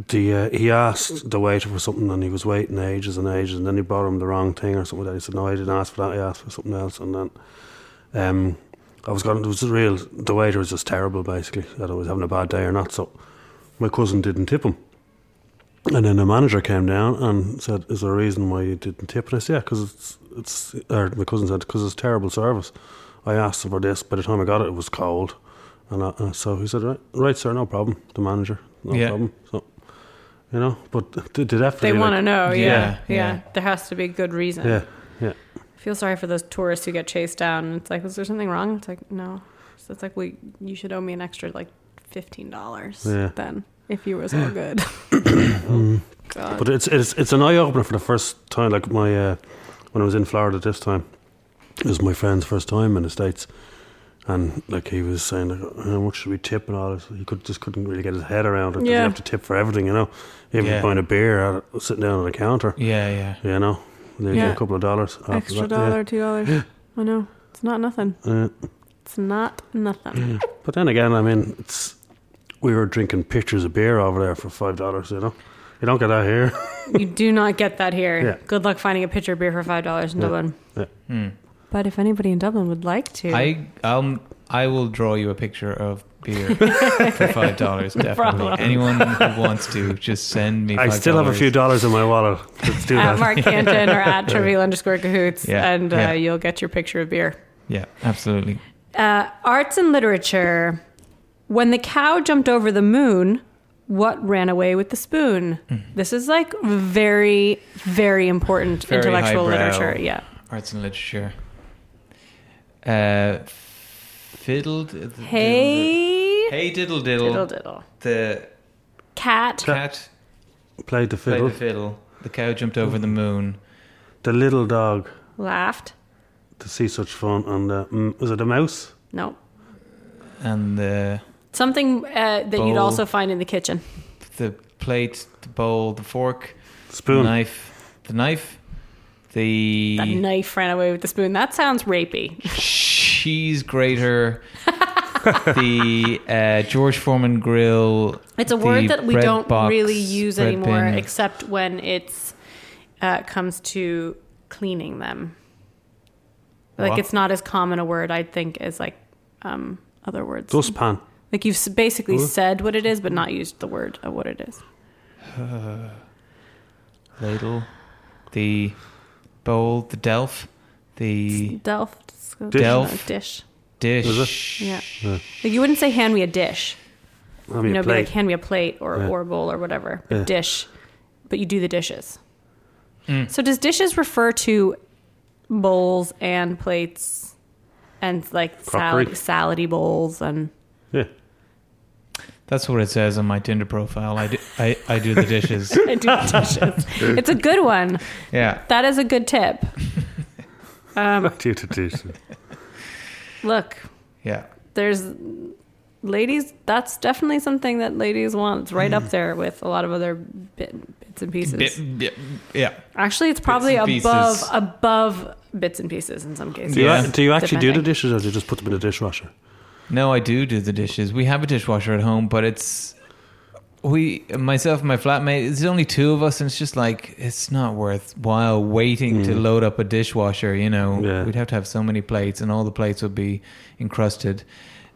the uh, he asked the waiter for something, and he was waiting ages and ages, and then he brought him the wrong thing or something like that. He said, "No, I didn't ask for that. I asked for something else," and then. Um, I was going. It was real. The waiter was just terrible, basically. I don't know if he was having a bad day or not. So, my cousin didn't tip him. And then the manager came down and said, "Is there a reason why you didn't tip?" And I said, "Yeah, because it's it's." Or my cousin said, "Because it's terrible service." I asked for this. By the time I got it, it was cold, and I, uh, so he said, "Right, right, sir, no problem." The manager, no
Yeah.
problem. So, you know, but they, they
They
definitely
want to
like-
know, yeah,
Yeah,
yeah,
yeah.
There has to be a good reason.
Yeah, yeah.
I feel sorry for those tourists who get chased down. and It's like, was there something wrong? It's like, no. So it's like, well, you should owe me an extra like fifteen dollars
Yeah. Mm-hmm.
then if you were so good. God.
But it's it's it's an eye opener for the first time. Like my uh, when I was in Florida this time, it was my friend's first time in the states, and like he was saying, like, how much should we tip and all this. He could just couldn't really get his head around it. 'cause You
Yeah.
have to tip for everything, you know. Even
Yeah.
buying a beer, out of- sitting down at a counter,
Yeah. Yeah.
you know, they
Yeah.
get a couple of dollars. after
extra
that,
dollar, two dollars. I know it's not nothing.
Yeah. Uh,
It's not nothing.
but then again, I mean, it's we were drinking pitchers of beer over there for five dollars. You know, you don't get that here.
you do not get that here.
Yeah.
Good luck finding a pitcher of beer for five dollars in
Yeah.
Dublin.
Yeah.
Hmm.
But if anybody in Dublin would like to,
I um I will draw you a picture of beer for five dollars. Definitely.
problem.
Anyone who wants to, just send me. $5.
I still have a few dollars in my wallet. Let's do
at
that.
Mark Canton or at Trivial underscore Cahoots,
Yeah,
and uh,
yeah.
you'll get your picture of beer.
Yeah, absolutely.
Uh, arts and literature. When the cow jumped over the moon, what ran away with the spoon?
Hmm.
This is like very, very important
Very
intellectual
highbrow.
literature. Yeah.
Arts and literature. Uh, fiddled.
Hey,
Hey, diddle diddle.
diddle diddle.
The
Cat.
cat
Played the
played
fiddle.
the fiddle. The cow jumped over the moon.
The little dog
laughed.
to see such fun, and the mm, was it a mouse?
No.
And the
Something uh, that you'd
Bowl.
also find in the kitchen.
the plate, the bowl, the fork, the
Spoon.
knife, the knife, the
That knife ran away with the spoon. That sounds rapey.
cheese grater, the uh, George Foreman grill.
It's a
the
word that we
bread
don't
box,
really use
bread
anymore,
bin.
except when it's uh, comes to cleaning them. Like
What?
it's not as common a word I think as like um, other words.
Dustpan.
Like you've s- basically
Huh?
said what it is, but not used the word of what it is.
Ladle, the bowl, the delf, the
Delft.
Dish.
Delf.
Dish.
dish.
Yeah.
Yeah.
Like you wouldn't say hand me a dish.
That'd
You
be
know,
a
it'd be like
plate.
hand me a plate or,
Yeah.
or a bowl or whatever. But
Yeah.
dish. But you do the dishes.
Mm.
So does dishes refer to bowls and plates and like
Crockery.
salad, salady bowls and
Yeah.
That's what it says on my Tinder profile. I do, I, I do the dishes.
I do the dishes. It's a good one.
Yeah.
That is a good tip. Um,
Back to you to dish.
look,
Yeah.
there's ladies. That's definitely something that ladies want. It's right
Mm.
up there with a lot of other bit, bits and pieces.
Bit- bit- yeah.
Actually, it's probably
and pieces.
above above bits and pieces in some cases.
Do,
Yeah.
you, do you actually do the
Depending.
dishes or do you just put them in the dishwasher?
No, I do do the dishes. We have a dishwasher at home, but it's we myself and my flatmate. There's only two of us, and it's just like it's not worthwhile waiting to
Mm.
load up a dishwasher. You know,
Yeah.
we'd have to have so many plates, and all the plates would be encrusted.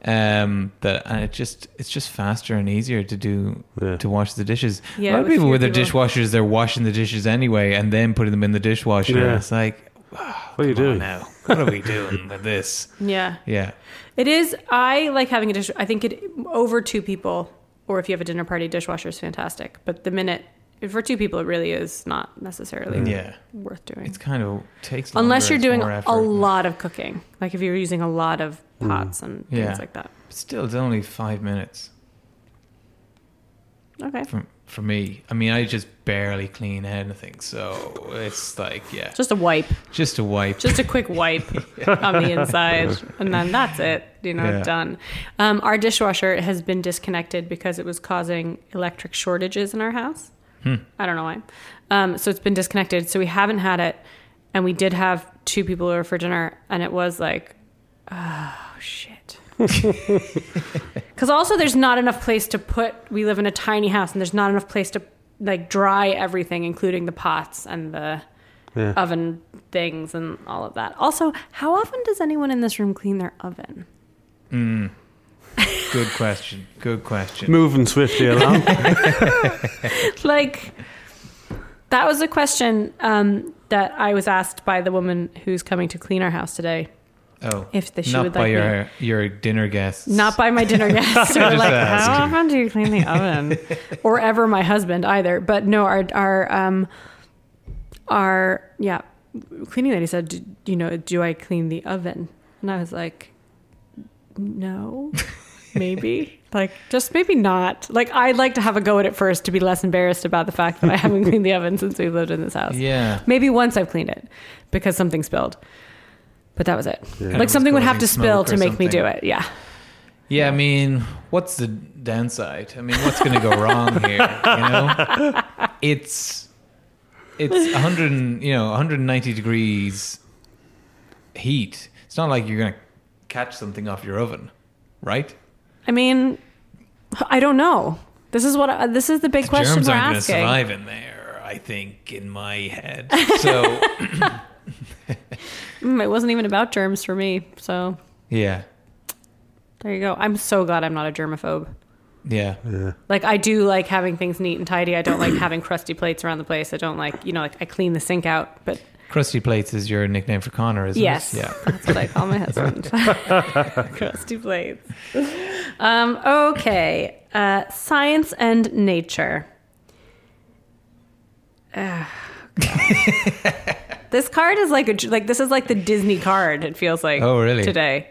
Um, that and it just it's just faster and easier to do
Yeah.
to wash the dishes.
Yeah,
a lot of
with
people
fewer
with their
people.
dishwashers, they're washing the dishes anyway, and then putting them in the dishwasher.
Yeah.
It's like
What are you
come on
doing?
now? What are we doing with this?
Yeah,
Yeah.
it is. I like having a dish. I think it over two people, or if you have a dinner party, dishwasher is fantastic. But the minute for two people, it really is not
Mm.
necessarily
Yeah.
worth doing.
It's kind of takes longer,
unless you're
it's
doing
more
a
effort.
lot of cooking like if you're using a lot of
Mm.
pots and things
Yeah.
like that
Still, it's only five minutes
okay
for for me. I mean, I just barely clean anything, so it's like yeah,
just a wipe
just a wipe.
just a quick wipe on the inside and then that's it you know
Yeah.
done um, our dishwasher has been disconnected because it was causing electric shortages in our house
Hmm.
i don't know why um, so it's been disconnected so we haven't had it and we did have two people over for dinner and it was like oh shit because also there's not enough place to put we live in a tiny house and there's not enough place to like dry everything including the pots and the
Yeah.
oven things and all of that. Also, how often does anyone in this room clean their oven?
Good question. Good question.
Moving swiftly along.
Like, that was a question um, that I was asked by the woman who's coming to clean our house today.
Oh,
If the- she
not
would
by
like
your your dinner guests,
Not by my dinner guests. They're
Just
like,
ask.
how often do you clean the oven? or ever my husband either. But no, our our um our yeah cleaning lady said, "Do- you know, do I clean the oven? And I was like, no, maybe. Like just maybe not. Like I'd like to have a go at it first to be less embarrassed about the fact that I haven't cleaned the oven since we lived in this house.
Yeah,
Maybe once I've cleaned it because something spilled. But that was it.
Yeah.
It
Like
was
something would have to
causing
spill
smoke
to
or
make me do
something.
it. Yeah.
yeah. I mean, what's the downside? I mean, what's going to go wrong here? You know, it's it's 100 and, you know 190 degrees heat. It's not like you're going to catch something off your oven, right?
I mean, I don't know. This is what I, this is the big question
germs
we're
aren't going to
asking.
survive in there. I think in my head. So
Mm, it wasn't even about germs for me. So
yeah,
there you go. I'm so glad I'm not a germaphobe.
yeah,
yeah.
Like I do like having things neat and tidy. I don't like having crusty plates around the place. I don't like you know like I clean the sink out. But
crusty plates is your nickname for Connor, isn't
yes,
it? Yeah.
that's what I call my husband. crusty plates. Um, okay, uh, science and nature. Ah, God. this card is like a like this is like the Disney card. It feels like
Oh, really?
today.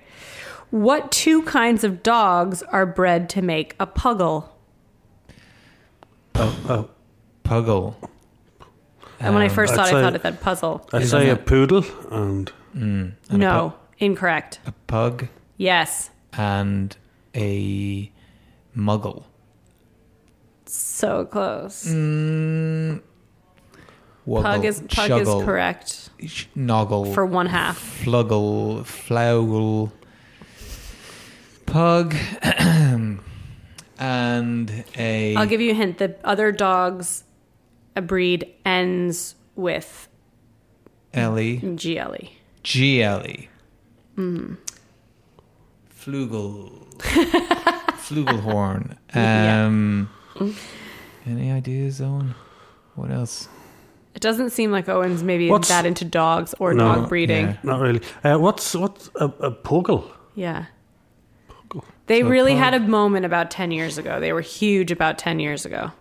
What two kinds of dogs are bred to make a puggle?
Oh,
Puggle.
And when I
Um,
1st thought,
I'd
I
say-
thought it said puzzle.
I
Is
say a
that-
poodle and
mm, and
No, incorrect.
a, pu- a pug
Yes.
and a muggle.
So close.
Mm, wuggle,
Pug is pug
shuggle,
is correct
sh- Noggle.
for one half.
fluggle, flaugle, pug, and a.
I'll give you a hint. The other dogs, a breed ends with
E, Ellie. E.
GLE.
GLE. Flugel. Flugelhorn. Um,
Mm.
Any ideas, Owen? What else?
It doesn't seem like Owen's maybe
What's-
that into dogs or
No,
dog breeding.
yeah.
Not really. Uh, what's what's a, a puggle?
Yeah. They
So
really
pug.
had a moment about 10 years ago. They were huge about 10 years ago.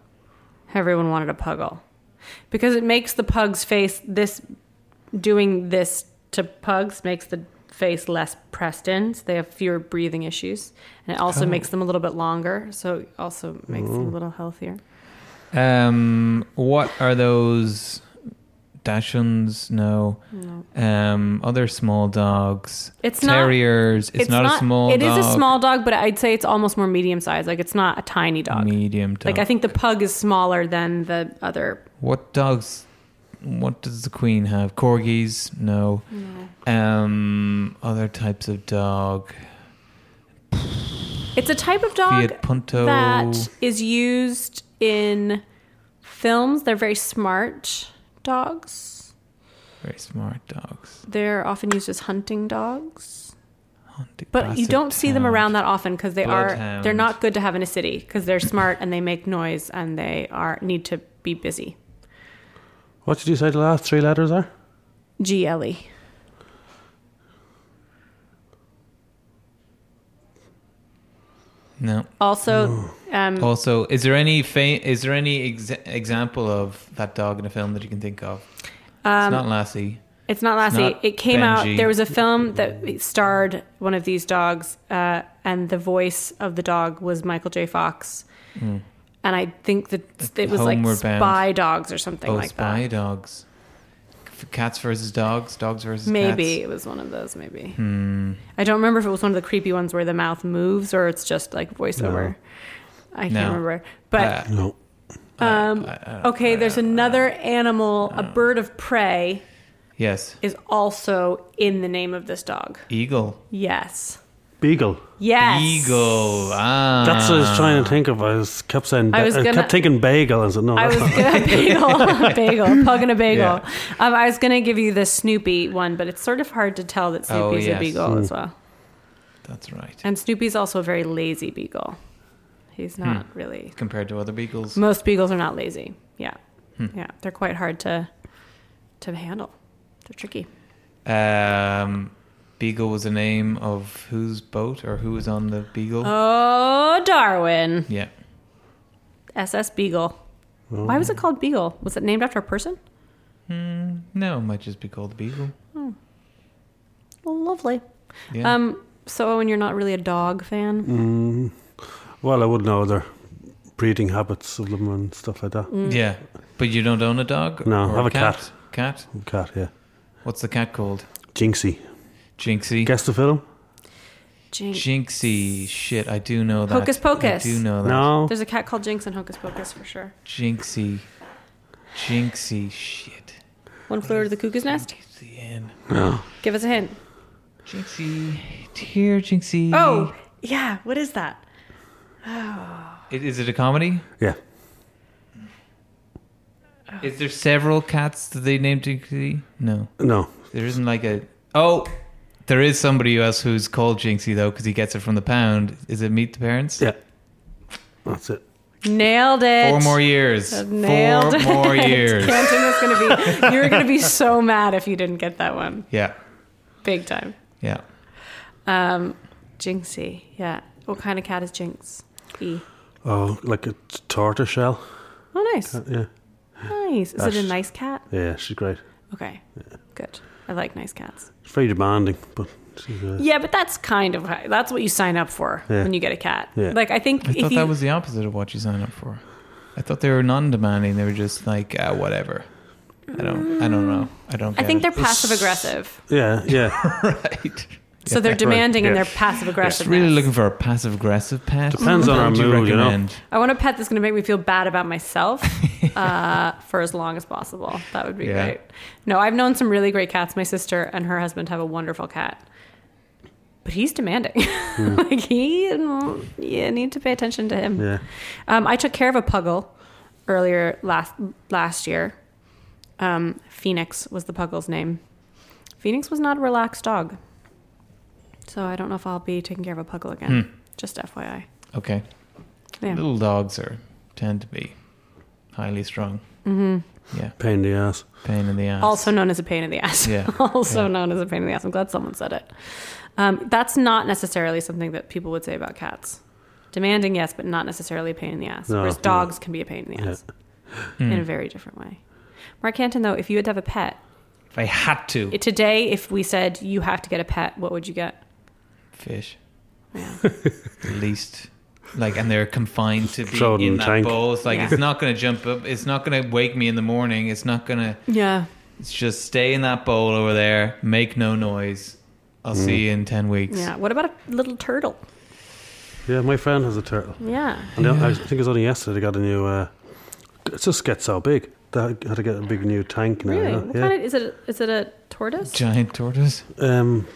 Everyone wanted a puggle because it makes the pug's face this doing this to pugs makes the face less pressed in. So they have fewer breathing issues and it also
Oh.
makes them a little bit longer, so it also makes them a little healthier.
Um, what are those? Dachshunds, no.
No.
Um, other small dogs.
It's not
Terriers. it's, not, a small
It is
dog.
a small dog, but I'd say it's almost more medium sized. Like it's not a tiny dog.
Medium dog.
Like I think the pug is smaller than the other.
What dogs? What does the queen have? Corgis? No. Um, other types of dog.
It's a type of dog
Fiat Punto.
that is used in films. They're very smart dogs.
Very smart dogs.
They're often used as hunting dogs,
Hunting-
but you don't
Basset
see them
hound.
around that often because they are
Bloodhound.
they're not good to have in a city because they're smart and they make noise and they are need to be busy.
What did you say the last three letters are?
GLE.
No.
Also, um,
Also, is there any fa- is there any ex- example of that dog in a film that you can think of?
Um,
it's not Lassie.
It's not Lassie.
not
it came out.
Benji.
There was a film that starred one of these dogs, uh, and the voice of the dog was Michael J. Fox. And I think that it was like
Hmm. Homeward Bound.
spy dogs or something
Oh,
like
spy
that.
dogs. F- Cats versus dogs. Dogs versus
Maybe
cats. Hmm.
it was one of those. Maybe I don't remember if it was one of the creepy ones where the mouth moves or it's just like voiceover. I can't
No.
remember. But
Uh,
No.
um,
I- I don't-
okay,
I
there's
don't-
another animal, a bird of prey,
yes,
is also in the name of this dog.
eagle.
Yes.
Beagle.
Yes.
Eagle. Ah,
That's what I was trying to think of. I was, kept saying,
I
I,
was gonna-
kept thinking bagel. I said, no,
I was
that's not.
gonna bagel, bagel, pug and a bagel.
Yeah.
Um, I was gonna give you the Snoopy one, but it's sort of hard to tell that
Oh,
Snoopy's a
yes.
beagle as well.
That's right.
And Snoopy's also a very lazy beagle. He's
Hmm.
not really.
Compared to other beagles.
Most beagles are not lazy. Yeah,
Hmm.
yeah, they're quite hard to to handle. They're tricky.
Um, Beagle was the name of whose boat or who was on the Beagle?
Oh, Darwin,
Yeah.
SS Beagle. Why was it called Beagle? Was it named after a person?
No, it might just be called the Beagle.
Lovely.
Yeah.
Um, so Owen, you're not really a dog fan.
Well, I would know their breeding habits of them and stuff like that.
Mm. Um,
yeah. But you don't own a dog?
No,
Or
I have a
cat? Cat?
Cat, yeah.
What's the cat called?
Jinxie.
Jinxie?
Guess the film?
Jinx.
Jinxie. Shit, I do know that.
Hocus Pocus.
I do know that.
No.
There's a cat called Jinx in Hocus Pocus for sure.
Jinxie. Jinxie. Shit.
One flew over to the cuckoo's nest.
It's the end.
No.
Give us a hint.
Jinxie. Dear Jinxie.
Oh, yeah. What is that?
I- Is it a comedy?
Yeah.
Oh.
Is there several cats that they named Jinxie? No.
No.
There isn't like a oh. There is somebody else who's called Jinxie though, because he gets it from the pound. Is it Meet the Parents?
Yeah. That's it.
Nailed it.
Four more years.
I've Nailed
Four
it.
more years.
Canton was gonna be. You were gonna be so mad if you didn't get that one.
Yeah,
Big time.
yeah.
Um, Jinxie. Yeah. What kind of cat is Jinx? E.
Oh, like a t- tortoise shell.
Oh, nice.
Yeah.
Nice. Is it a nice cat?
Yeah, she's great.
Okay. Good. I like nice cats.
She's very demanding, but she's. Uh,
Yeah, but that's kind of that's what you sign up for
Yeah.
when you get a cat.
Yeah.
Like I think
I
if
thought
you
that was the opposite of what you signed up for. I thought they were non-demanding. They were just like ah, whatever. I don't. I don't know. I don't.
I
get
think
it.
they're passive aggressive.
Yeah, yeah.
right.
So they're demanding and
yeah.
they're passive aggressive.
Just really looking for a passive aggressive pet.
Depends on
What
our
would you
mood, you know.
recommend?
I want a pet that's going to make me feel bad about myself uh, for as long as possible. That would be
Yeah.
great. No, I've known some really great cats. My sister and her husband have a wonderful cat, but he's demanding.
Hmm.
like he, you need to pay attention to him.
yeah.
Um, I took care of a puggle earlier last last year. Um, Phoenix was the puggle's name. Phoenix was not a relaxed dog. So I don't know if I'll be taking care of a puggle again.
Hmm.
Just FYI.
Okay.
Yeah.
Little dogs are tend to be highly strong.
Pain in the ass.
Pain in the ass.
Also known as a pain in the ass.
Yeah.
also
Yeah.
known as a pain in the ass. I'm glad someone said it. Um, that's not necessarily something that people would say about cats. Demanding, yes, but not necessarily a pain in the ass.
No,
Whereas
no.
dogs can be a pain in the
Yeah.
ass
Hmm.
in a very different way. Mark Canton, though, if you had to have a pet
if I had to
it- today, if we said you have to get a pet, what would you get?
fish,
Yeah.
at least. Like and they're confined to be
Throw it in
in
the
that
tank.
bowl. It's like
Yeah.
it's not going to jump up. It's not going to wake me in the morning. It's not going to.
yeah.
It's just stay in that bowl over there. Make no noise. I'll
Mm.
see you in ten weeks.
Yeah. What about a little turtle?
Yeah, my friend has a turtle.
Yeah.
And the- I think it was only yesterday they got a new. Uh, it just gets so big. They had to get a big new tank now.
Really?
yeah.
What
Yeah.
kind of is it? Is it a tortoise?
Giant tortoise.
Um,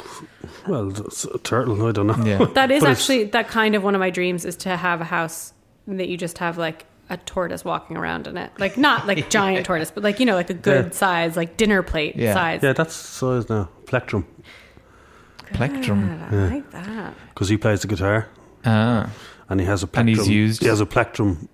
well, it's a turtle. I don't know.
Yeah.
That is
But it's-
actually that kind of one of my dreams is to have a house that you just have like a tortoise walking around in it, like not like giant tortoise, but like you know, like a good
Yeah.
size, like dinner plate
Yeah.
size.
Yeah, that's size now. Plectrum,
Plectrum.
God, I like that.
because he plays the guitar
Ah.
and he has a
And
plectrum.
he's used-
He has a plectrum,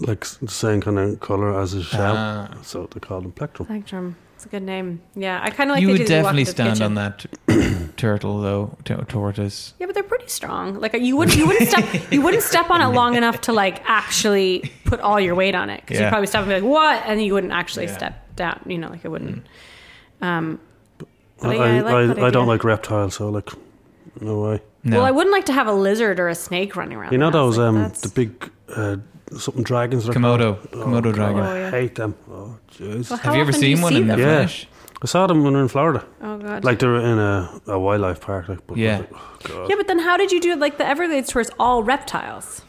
like s- the same kind of color as his shell.
Ah.
So they call him plectrum.
Plectrum. It's a good name. Yeah, I kind of like.
you
the
would
idea that walk
definitely
into the
stand
kitchen.
on that turtle though, t- tortoise.
Yeah, but they're pretty strong. Like you would, you wouldn't step, you wouldn't step on it long enough to like actually put all your weight on it because you'd
Yeah.
probably step and be like, "What?" and you wouldn't actually
Yeah. Mm,
step down. You know, like it wouldn't. Um, but
I,
yeah, I, like that
I, I
idea.
don't like reptiles, so like, no way.
No.
Well, I wouldn't like to have a lizard or a snake running around.
You know
the house.
those
Like,
um
Oh, that's-
the big uh, something dragons. they're called?
Komodo, Komodo
God,
dragon.
Oh,
I
yeah.
hate them. Oh jeez.
Well, how
Have you ever
often do
seen one
see
in the
them?
Yeah.
flesh?
I saw them when we were in Florida.
Oh god.
Like they were in a, a wildlife park. Like, but
Yeah.
like, oh, God.
yeah, but then how did you do it? Like the Everglades tour is all reptiles.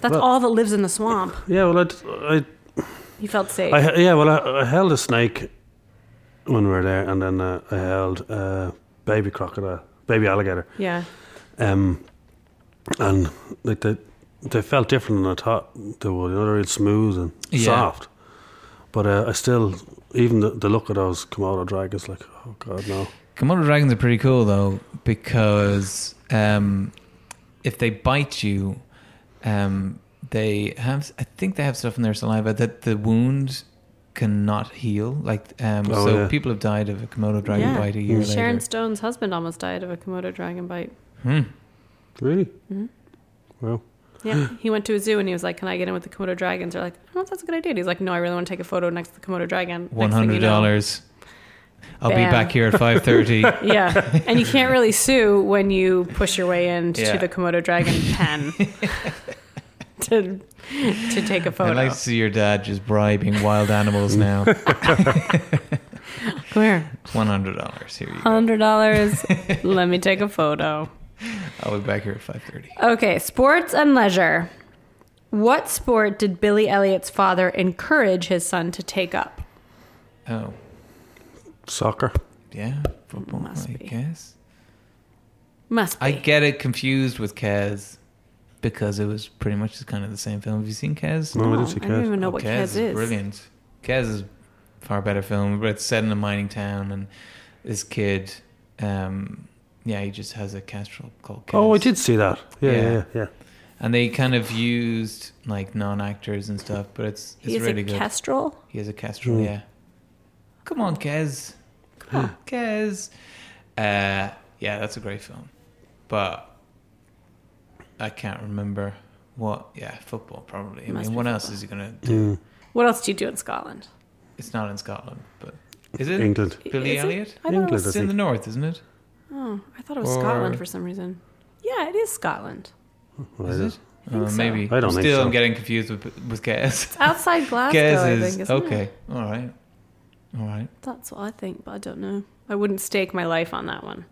That's
Well-
all that lives in the swamp.
yeah. Well, I,
You felt safe.
I, I yeah. Well, I, I held a snake when we were there, and then uh, I held a baby crocodile, baby alligator.
yeah.
Um, and like they, they felt different than I thought they would. You know, they're real smooth and
Yeah.
soft. But uh, I still, even the, the look of those Komodo dragons, like, oh god, no.
Komodo dragons are pretty cool though because um, if they bite you, um, they have. I think they have stuff in their saliva that the wound cannot heal. Like um,
Oh,
so,
yeah.
people have died of a Komodo dragon
Yeah.
bite a
Mm.
year
Sharon
later.
Stone's husband almost died of a Komodo dragon bite.
Hmm.
Really? Mm-hmm. Well,
Yeah, he went to a zoo and he was like, "Can I get in with the Komodo dragons?" They're like, "I don't know if that's a good idea." And he's like, "No, I really want to take a photo next to the Komodo dragon."
One
Next thing
hundred
you know-
dollars. I'll
Bam.
be back here at five thirty.
yeah, and you can't really sue when you push your way into
Yeah.
the Komodo dragon pen to to take a photo.
I'd like to see your dad just bribing wild animals now.
Come here,
One hundred dollars. Here you go.
hundred dollars. Let me take a photo.
I'll be back here at five thirty.
Okay, sports and leisure. What sport did Billy Elliot's father encourage his son to take up?
Oh,
soccer.
yeah, football.
Must
I
be.
guess.
Must be.
I get it confused with Kez because it was pretty much kind of the same film. Have you seen Kez?
No, I
No,
didn't see
I don't
Kez.
even know
Oh,
what Kez, is.
brilliant. Kez is a far better film, but it's set in a mining town, and this kid, um, yeah, he just has a castrol called Kez.
Oh, I did see that. Yeah, yeah,
Yeah.
yeah. yeah.
And they kind of used like non-actors and stuff, but it's it's
He's
really
a
good.
kestrel.
He is a Kestrel,
Hmm.
yeah. Come on, Kez. Come on, Kez. Uh, yeah, that's a great film. But I can't remember what. Yeah, football, probably. I
Must
mean,
be
what else
football.
is he going to do?
Mm.
What else do you do in Scotland?
It's not in Scotland, but. Is it?
England.
Billy
Is it?
Elliot?
I thought it
England.
was,
It's in the north, isn't it?
oh, I thought it was
Or-
Scotland for some reason. Yeah, it is Scotland.
Well,
Is
Oh,
it?
yeah.
I think
Uh,
so.
maybe.
I don't think
Still,
so.
I'm getting confused with, with Kez.
It's outside Glasgow,
Kez
I
is.
think. Isn't
okay.
It?
All right. All right.
That's what I think, but I don't know. I wouldn't stake my life on that one.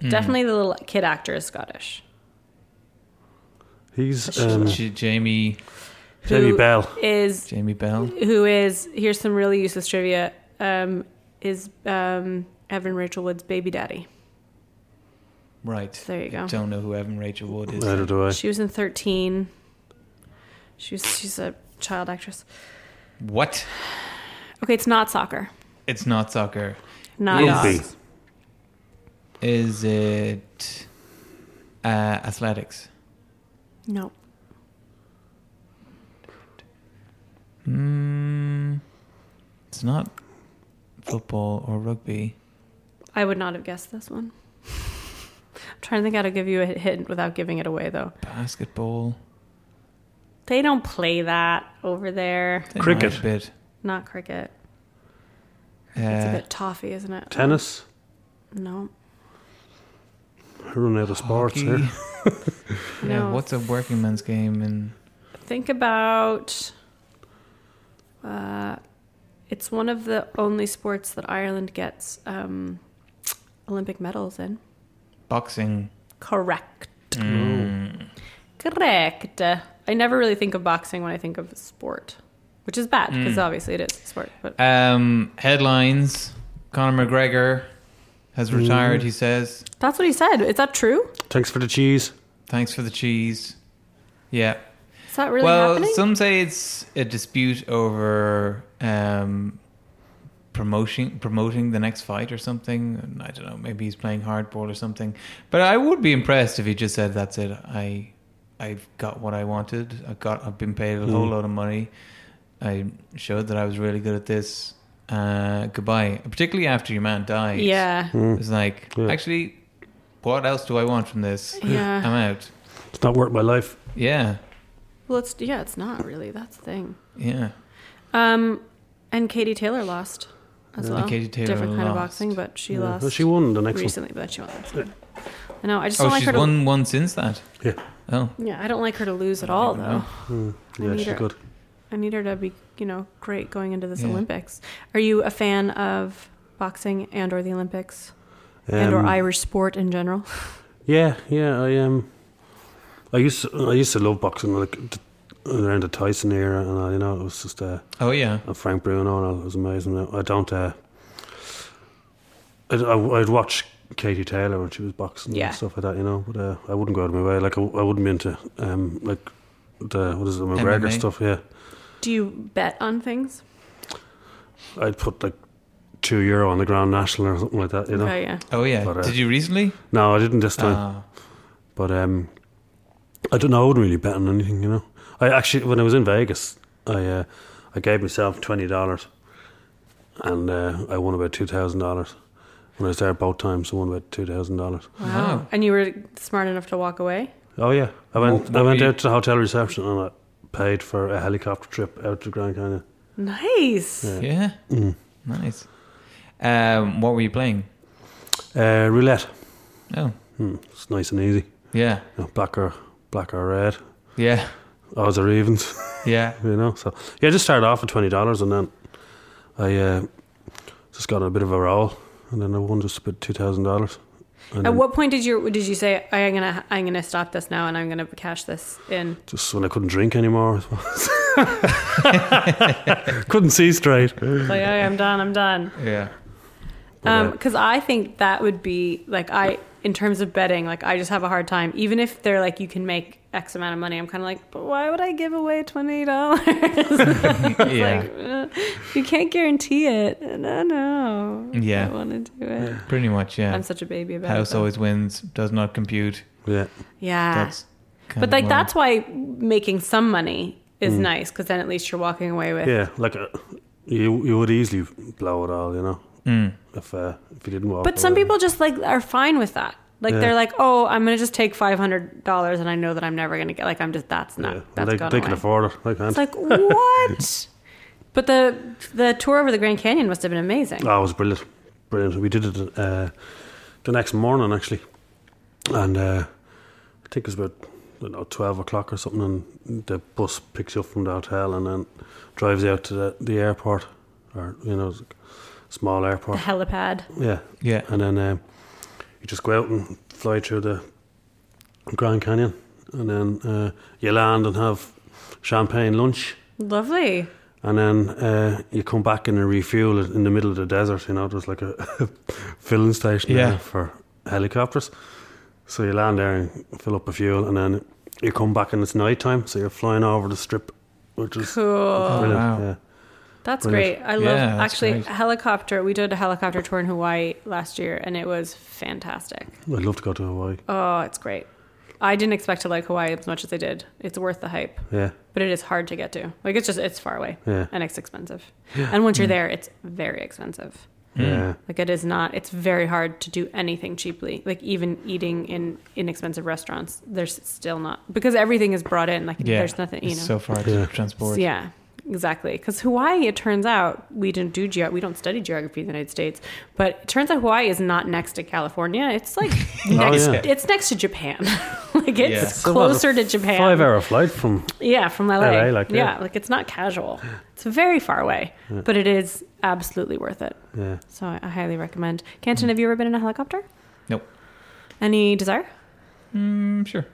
Hmm.
Definitely the little kid actor is Scottish.
He's
Sure.
um,
J- Jamie,
Jamie
Who
Bell.
Is
Jamie Bell.
who is here's some really useless trivia. Um, is um, Evan Rachel Wood's baby daddy.
Right.
There you go.
I don't know who Evan Rachel Wood is.
Neither do I.
She was in thirteen. She was she's a child actress.
What?
Okay, it's not soccer.
It's not soccer.
Not
Rugby.
dogs.
Is it uh, athletics?
No.
Mm, it's not football or rugby.
I would not have guessed this one. I'm trying to think how to give you a hint without giving it away, though.
Basketball.
They don't play that over there.
They
Cricket.
might A bit.
Not cricket. It's a
Uh,
bit toffee, isn't it?
Tennis?
No.
I run out of sports
hockey.
here.
Yeah,
No.
what's a working man's game? And
Think about. Uh, it's one of the only sports that Ireland gets um, Olympic medals in.
boxing.
Correct.
Hmm.
Correct. I never really think of boxing when I think of sport, which is bad
Mm.
because obviously it is a sport. But
Um, headlines. Conor McGregor has retired. He says,
that's what he said. Is that true?
Thanks for the cheese.
"Thanks for the cheese." Yeah.
Is that really
well,
happening?
some say it's a dispute over um, promoting promoting the next fight or something. And I don't know. Maybe he's playing hardball or something. But I would be impressed if he just said, "That's it. I, I've got what I wanted. I got. I've been paid a whole
Mm.
lot of money. I showed that I was really good at this. Uh, goodbye." Particularly after your man died.
yeah.
Hmm.
It's like
Yeah.
actually, what else do I want from this?
Yeah.
I'm out.
It's not worth my life.
Yeah.
Well, it's yeah, it's not really. That's the thing.
Yeah.
Um, and Katie Taylor lost as
Yeah.
well.
Katie Taylor
Different kind of
lost. Oh,
boxing, but she
Yeah,
lost
but she won the next
recently. But she won. Last one. I know. I just
Oh,
don't like
she's
her. To,
won one since that.
Yeah.
Oh,
yeah, I don't like her to lose at
I don't
all, though.
even know.
one.
I
Mm. Yeah,
need
she's
her.
good.
I need her to be, you know, great going into this
Yeah.
Olympics. Are you a fan of boxing and or the Olympics and or
Um,
Irish sport in general?
Yeah, yeah, I Um, I used to, I used to love boxing like t- around the Tyson era, and I, you know it was just uh,
Oh yeah.
and Frank Bruno, and it was amazing. I don't. Uh, I'd, I, would watch Katie Taylor when she was boxing
Yeah.
and stuff like that, you know. But uh, I wouldn't go out of my way. Like I, I wouldn't be into um like the what is it the McGregor
MMA?
stuff. Yeah,
Do you bet on things?
I'd put like two euro on the Grand National or something like that, you know.
Oh yeah.
Oh yeah.
But, uh,
Did you recently?
No, I didn't this time.
Ah.
But um, I don't know. I wouldn't really bet on anything, you know. I actually, when I was in Vegas, I uh, I gave myself twenty dollars, and uh, I won about two thousand dollars. When I was there both times, I won about two thousand dollars.
Wow.
Wow.
And you were smart enough to walk away?
Oh yeah, I
What-
went.
what
I went
were you-
out to the hotel reception and I paid for a helicopter trip out to Grand Canyon.
Nice.
Yeah.
Oh, yeah.
Mm.
Nice. Um, what were you playing?
Uh, roulette.
Oh,
Hmm, it's nice and easy.
yeah,
You know, black or black or red,
yeah,
odds or evens.
yeah.
you know. So yeah, I just started off with twenty dollars, and then I uh, just got on a bit of a roll, and then I won just about two thousand dollars. And
At
then
what point did you did you say I'm gonna I'm gonna stop this now and I'm gonna cash this in?
just when I couldn't drink anymore, I suppose. couldn't see straight.
Like oh, I'm done, I'm done.
Yeah.
Um,
But, uh,
because I think that would be like I in terms of betting, like I just have a hard time. Even if they're like you can make X amount of money, I'm kind of like, but why would I give away twenty dollars?
Yeah.
Like uh, you can't guarantee it. Uh, No, no.
Yeah.
I want to do it.
Pretty much. Yeah.
I'm such a baby about it.
House
though.
always wins. Does not compute.
Yeah,
Yeah.
That's. kind
Ah. but
of
like
where-
that's why making some money is
Mm.
nice because then at least you're walking away with
yeah. Like uh, you, you would easily blow it all, you know,
Mm.
if uh, if you didn't walk.
But some
away.
people just like are fine with that. Like
Yeah.
they're like, oh, I'm gonna just take five hundred dollars, and I know that I'm never gonna get. Like I'm just that's
Yeah.
not
Well,
that's
they,
gone
they
away.
can afford it. They can't.
it's like what? but the the tour over the Grand Canyon must have been amazing.
Oh, it was brilliant, brilliant. We did it uh, the next morning actually, and uh, I think it was about I don't know twelve o'clock or something. And the bus picks you up from the hotel and then drives you out to the, the airport, or you know, it's like a small
the
airport.
helipad.
Yeah,
Yeah.
and then um, you just go out and fly through the Grand Canyon, and then uh, you land and have champagne lunch.
Lovely.
And then uh, you come back and you refuel it in the middle of the desert. You know, there's like a filling station
Yeah.
there for helicopters. So you land there and fill up the fuel, and then you come back and it's night time. So you're flying over the strip, which is
Cool.
brilliant.
Oh, wow.
Yeah.
That's
Brilliant.
great. I love
Yeah, that's
actually
great.
helicopter. We did a helicopter tour in Hawaii last year and it was fantastic.
I'd love to go to Hawaii.
Oh, it's great. I didn't expect to like Hawaii as much as I did. It's worth the hype,
Yeah,
but it is hard to get to. Like it's just it's far away
yeah, Mm.
and it's expensive. And once you're there, it's very expensive.
Hmm.
yeah.
Like it is not. It's very hard to do anything cheaply. Like even eating in inexpensive restaurants, there's still not because everything is brought in. Like
Yeah,
there's nothing. You know.
it's so far to
Yeah.
transport.
Yeah, exactly. Because Hawaii, it turns out, we didn't do ge- we don't study geography in the United States, but it turns out Hawaii is not next to California. It's like next,
Oh, yeah.
it's next to Japan. like it's
Yeah. It's
closer to Japan.
Five hour flight from.
Yeah, from LA.
LA, like,
yeah.
yeah.
like it's not casual. It's very far away, but it is absolutely worth it.
Yeah.
So I I highly recommend. Canton, have you ever been in a helicopter?
Nope.
Any desire?
Mm, sure.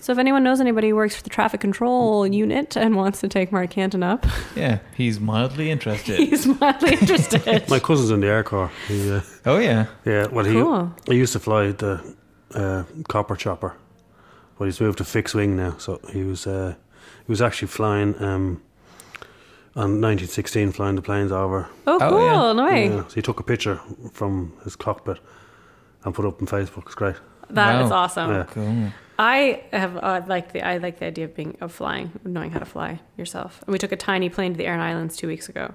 So if anyone knows anybody who works for the traffic control unit and wants to take Mark Canton up,
Yeah, he's mildly interested.
he's mildly interested.
My cousin's in the Air Corps. He, uh,
oh yeah.
yeah, well, he,
cool.
he used to fly the uh, copper chopper, but he's moved to fixed wing now. So he was uh, he was actually flying um, on 1916, flying the planes over.
Oh,
Oh,
cool.
yeah.
No way.
Yeah, so he took a picture from his cockpit and put it up on Facebook. It's great.
That is
Wow.
awesome.
Yeah.
Cool.
I have uh, like the I like the idea of being of flying, of knowing how to fly yourself. And we took a tiny plane to the Aran Islands two weeks ago,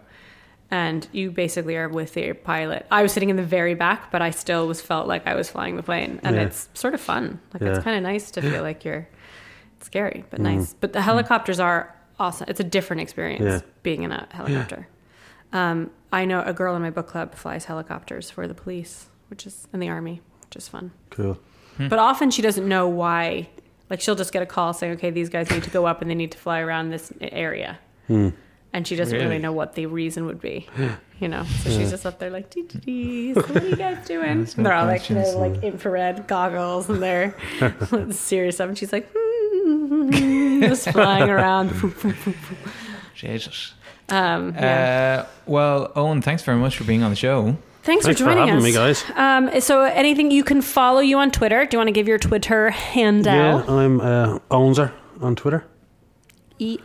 and you basically are with the pilot. I was sitting in the very back, but I still was felt like I was flying the plane, and
Yeah.
it's sort of fun. Like it's
Yeah. Mm-hmm.
kind of nice to feel like you're it's scary but nice. But the helicopters are awesome. It's a different experience
Yeah.
being in a helicopter. Um, I know a girl in my book club flies helicopters for the police, which is in the army, which is fun.
Cool.
But often she doesn't know why. Like she'll just get a call saying, "Okay, these guys need to go up and they need to fly around this area," and she doesn't really?
Really?
know what the reason would be. You know, so she's just up there like, "Dee dee dee, so what are you guys doing?" and
no
they're all like,
questions,
they're like infrared goggles and they're serious stuff, and she's like, just flying around.
Jesus.
um, yeah.
Uh, well, Owen, thanks very much for being on the show.
thanks,
Thanks
for
for
joining
having
us,
me, guys.
Um, so, anything you can follow you on Twitter? Do you want to give your Twitter hand out?
Yeah, I'm uh, Ownser on Twitter.
E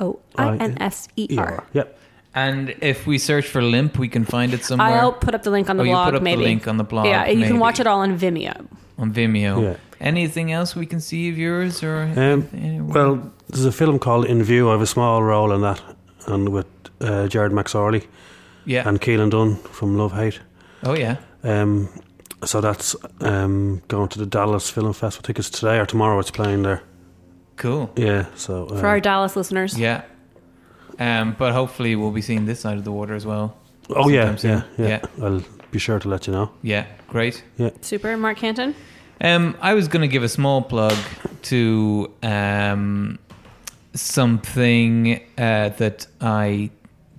O I N S E R.
Yep.
And if we search for Limp, we can find it somewhere
I'll put up the link on the
Oh, you
blog.
put up the
maybe
link on the blog,
Yeah, you can
maybe.
watch it all on Vimeo.
on Vimeo.
Yeah.
Anything else we can see of yours or?
Um,
anywhere?
Well, there's a film called In View. I have a small role in that, and with uh, Jared McSorley
yeah.
and Keelan Dunn from Love Hate.
Oh yeah.
Um, so that's um, going to the Dallas Film Festival. I think it's today or tomorrow. It's playing there.
Cool.
Yeah. So uh,
For our Dallas listeners,
Yeah. Um, but hopefully we'll be seeing this side of the water as well.
oh yeah, yeah,
sometime soon.
yeah, I'll be sure to let you know.
Yeah. Great.
super Mark Canton.
Um, I was going to give a small plug to um, something uh, that I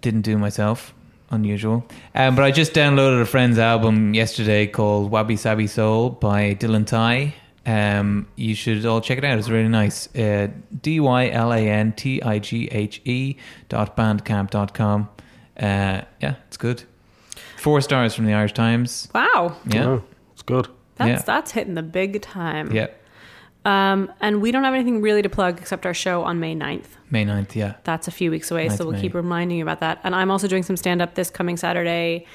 didn't do myself, unusual. Um, but I just downloaded a friend's album yesterday called Wabi Sabi Soul by Dylan Ty. Um, you should all check it out. It's really nice. Uh, D Y L A N T I G H E dot bandcamp dot com. Uh, yeah, it's good. Four stars from the Irish Times.
Wow,
Yeah.
Oh, it's good.
that's
Yeah.
that's hitting the big time.
Yeah.
Um, and we don't have anything really to plug except our show on May 9th.
May 9th. Yeah.
That's a few weeks away,
Ninth
so we'll
May.
keep reminding you about that. And I'm also doing some stand up this coming Saturday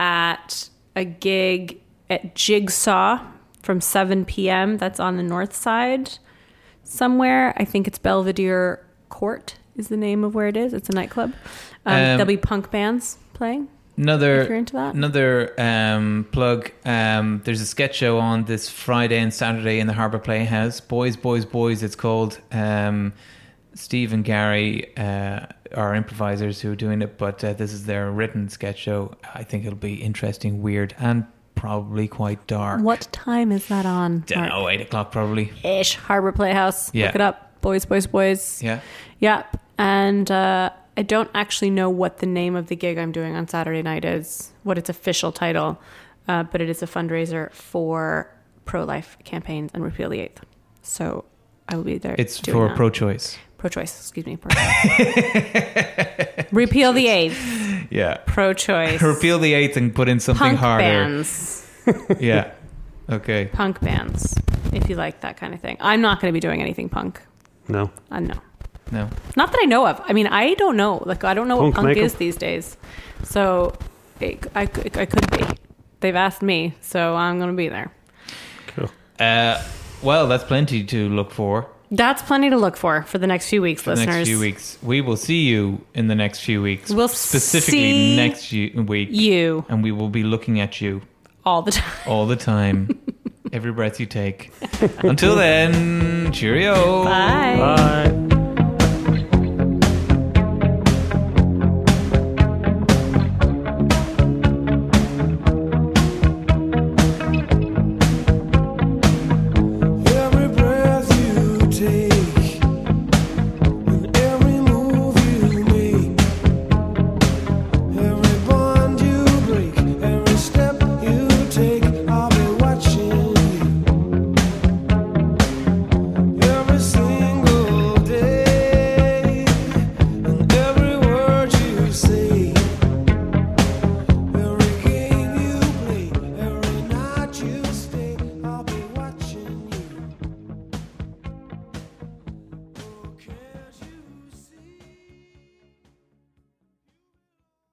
at a gig at Jigsaw from 7 p.m. That's on the north side somewhere. I think it's Belvedere Court is the name of where it is. It's a nightclub. Um,
Um,
there'll be punk bands playing if you're
Another
into that.
another um, plug. Um, there's a sketch show on this Friday and Saturday in the Harbour Playhouse. Boys, boys, boys. It's called. Um, Steve and Gary uh, are improvisers who are doing it, but uh, this is their written sketch show. I think it'll be interesting, weird, and probably quite dark.
What time is that on?
Don't know, eight o'clock probably.
Ish Harbor Playhouse.
Yeah.
Look it up. Boys, boys, boys.
Yeah.
Yep. And uh, I don't actually know what the name of the gig I'm doing on Saturday night is, what its official title, uh, but it is a fundraiser for pro life campaigns and repeal the eighth. So I will be there.
It's
doing
for
that.
pro-choice.
pro-choice. Excuse me. pro-choice. repeal the eighth.
Yeah.
Pro-choice.
Repeal the eighth and put in something
Punk
harder.
bands.
Yeah. Okay.
Punk bands. If you like that kind of thing, I'm not going to be doing anything punk.
No,
Uh, no.
No.
Not that I know of. I mean, I don't know. Like, I don't know
Punk
what punk
make 'em.
is these days. So, it, I, c- I could be. They've asked me, so I'm going to be there.
Uh, well, that's plenty to look for
That's plenty to look for for the next few weeks,
for the
listeners.
next few weeks. We will see you in the next few weeks.
We'll
specifically
see
next ye- week,
You
and we will be looking at you
all the time.
all the time, every breath you take. Until then, cheerio.
Bye.
Bye.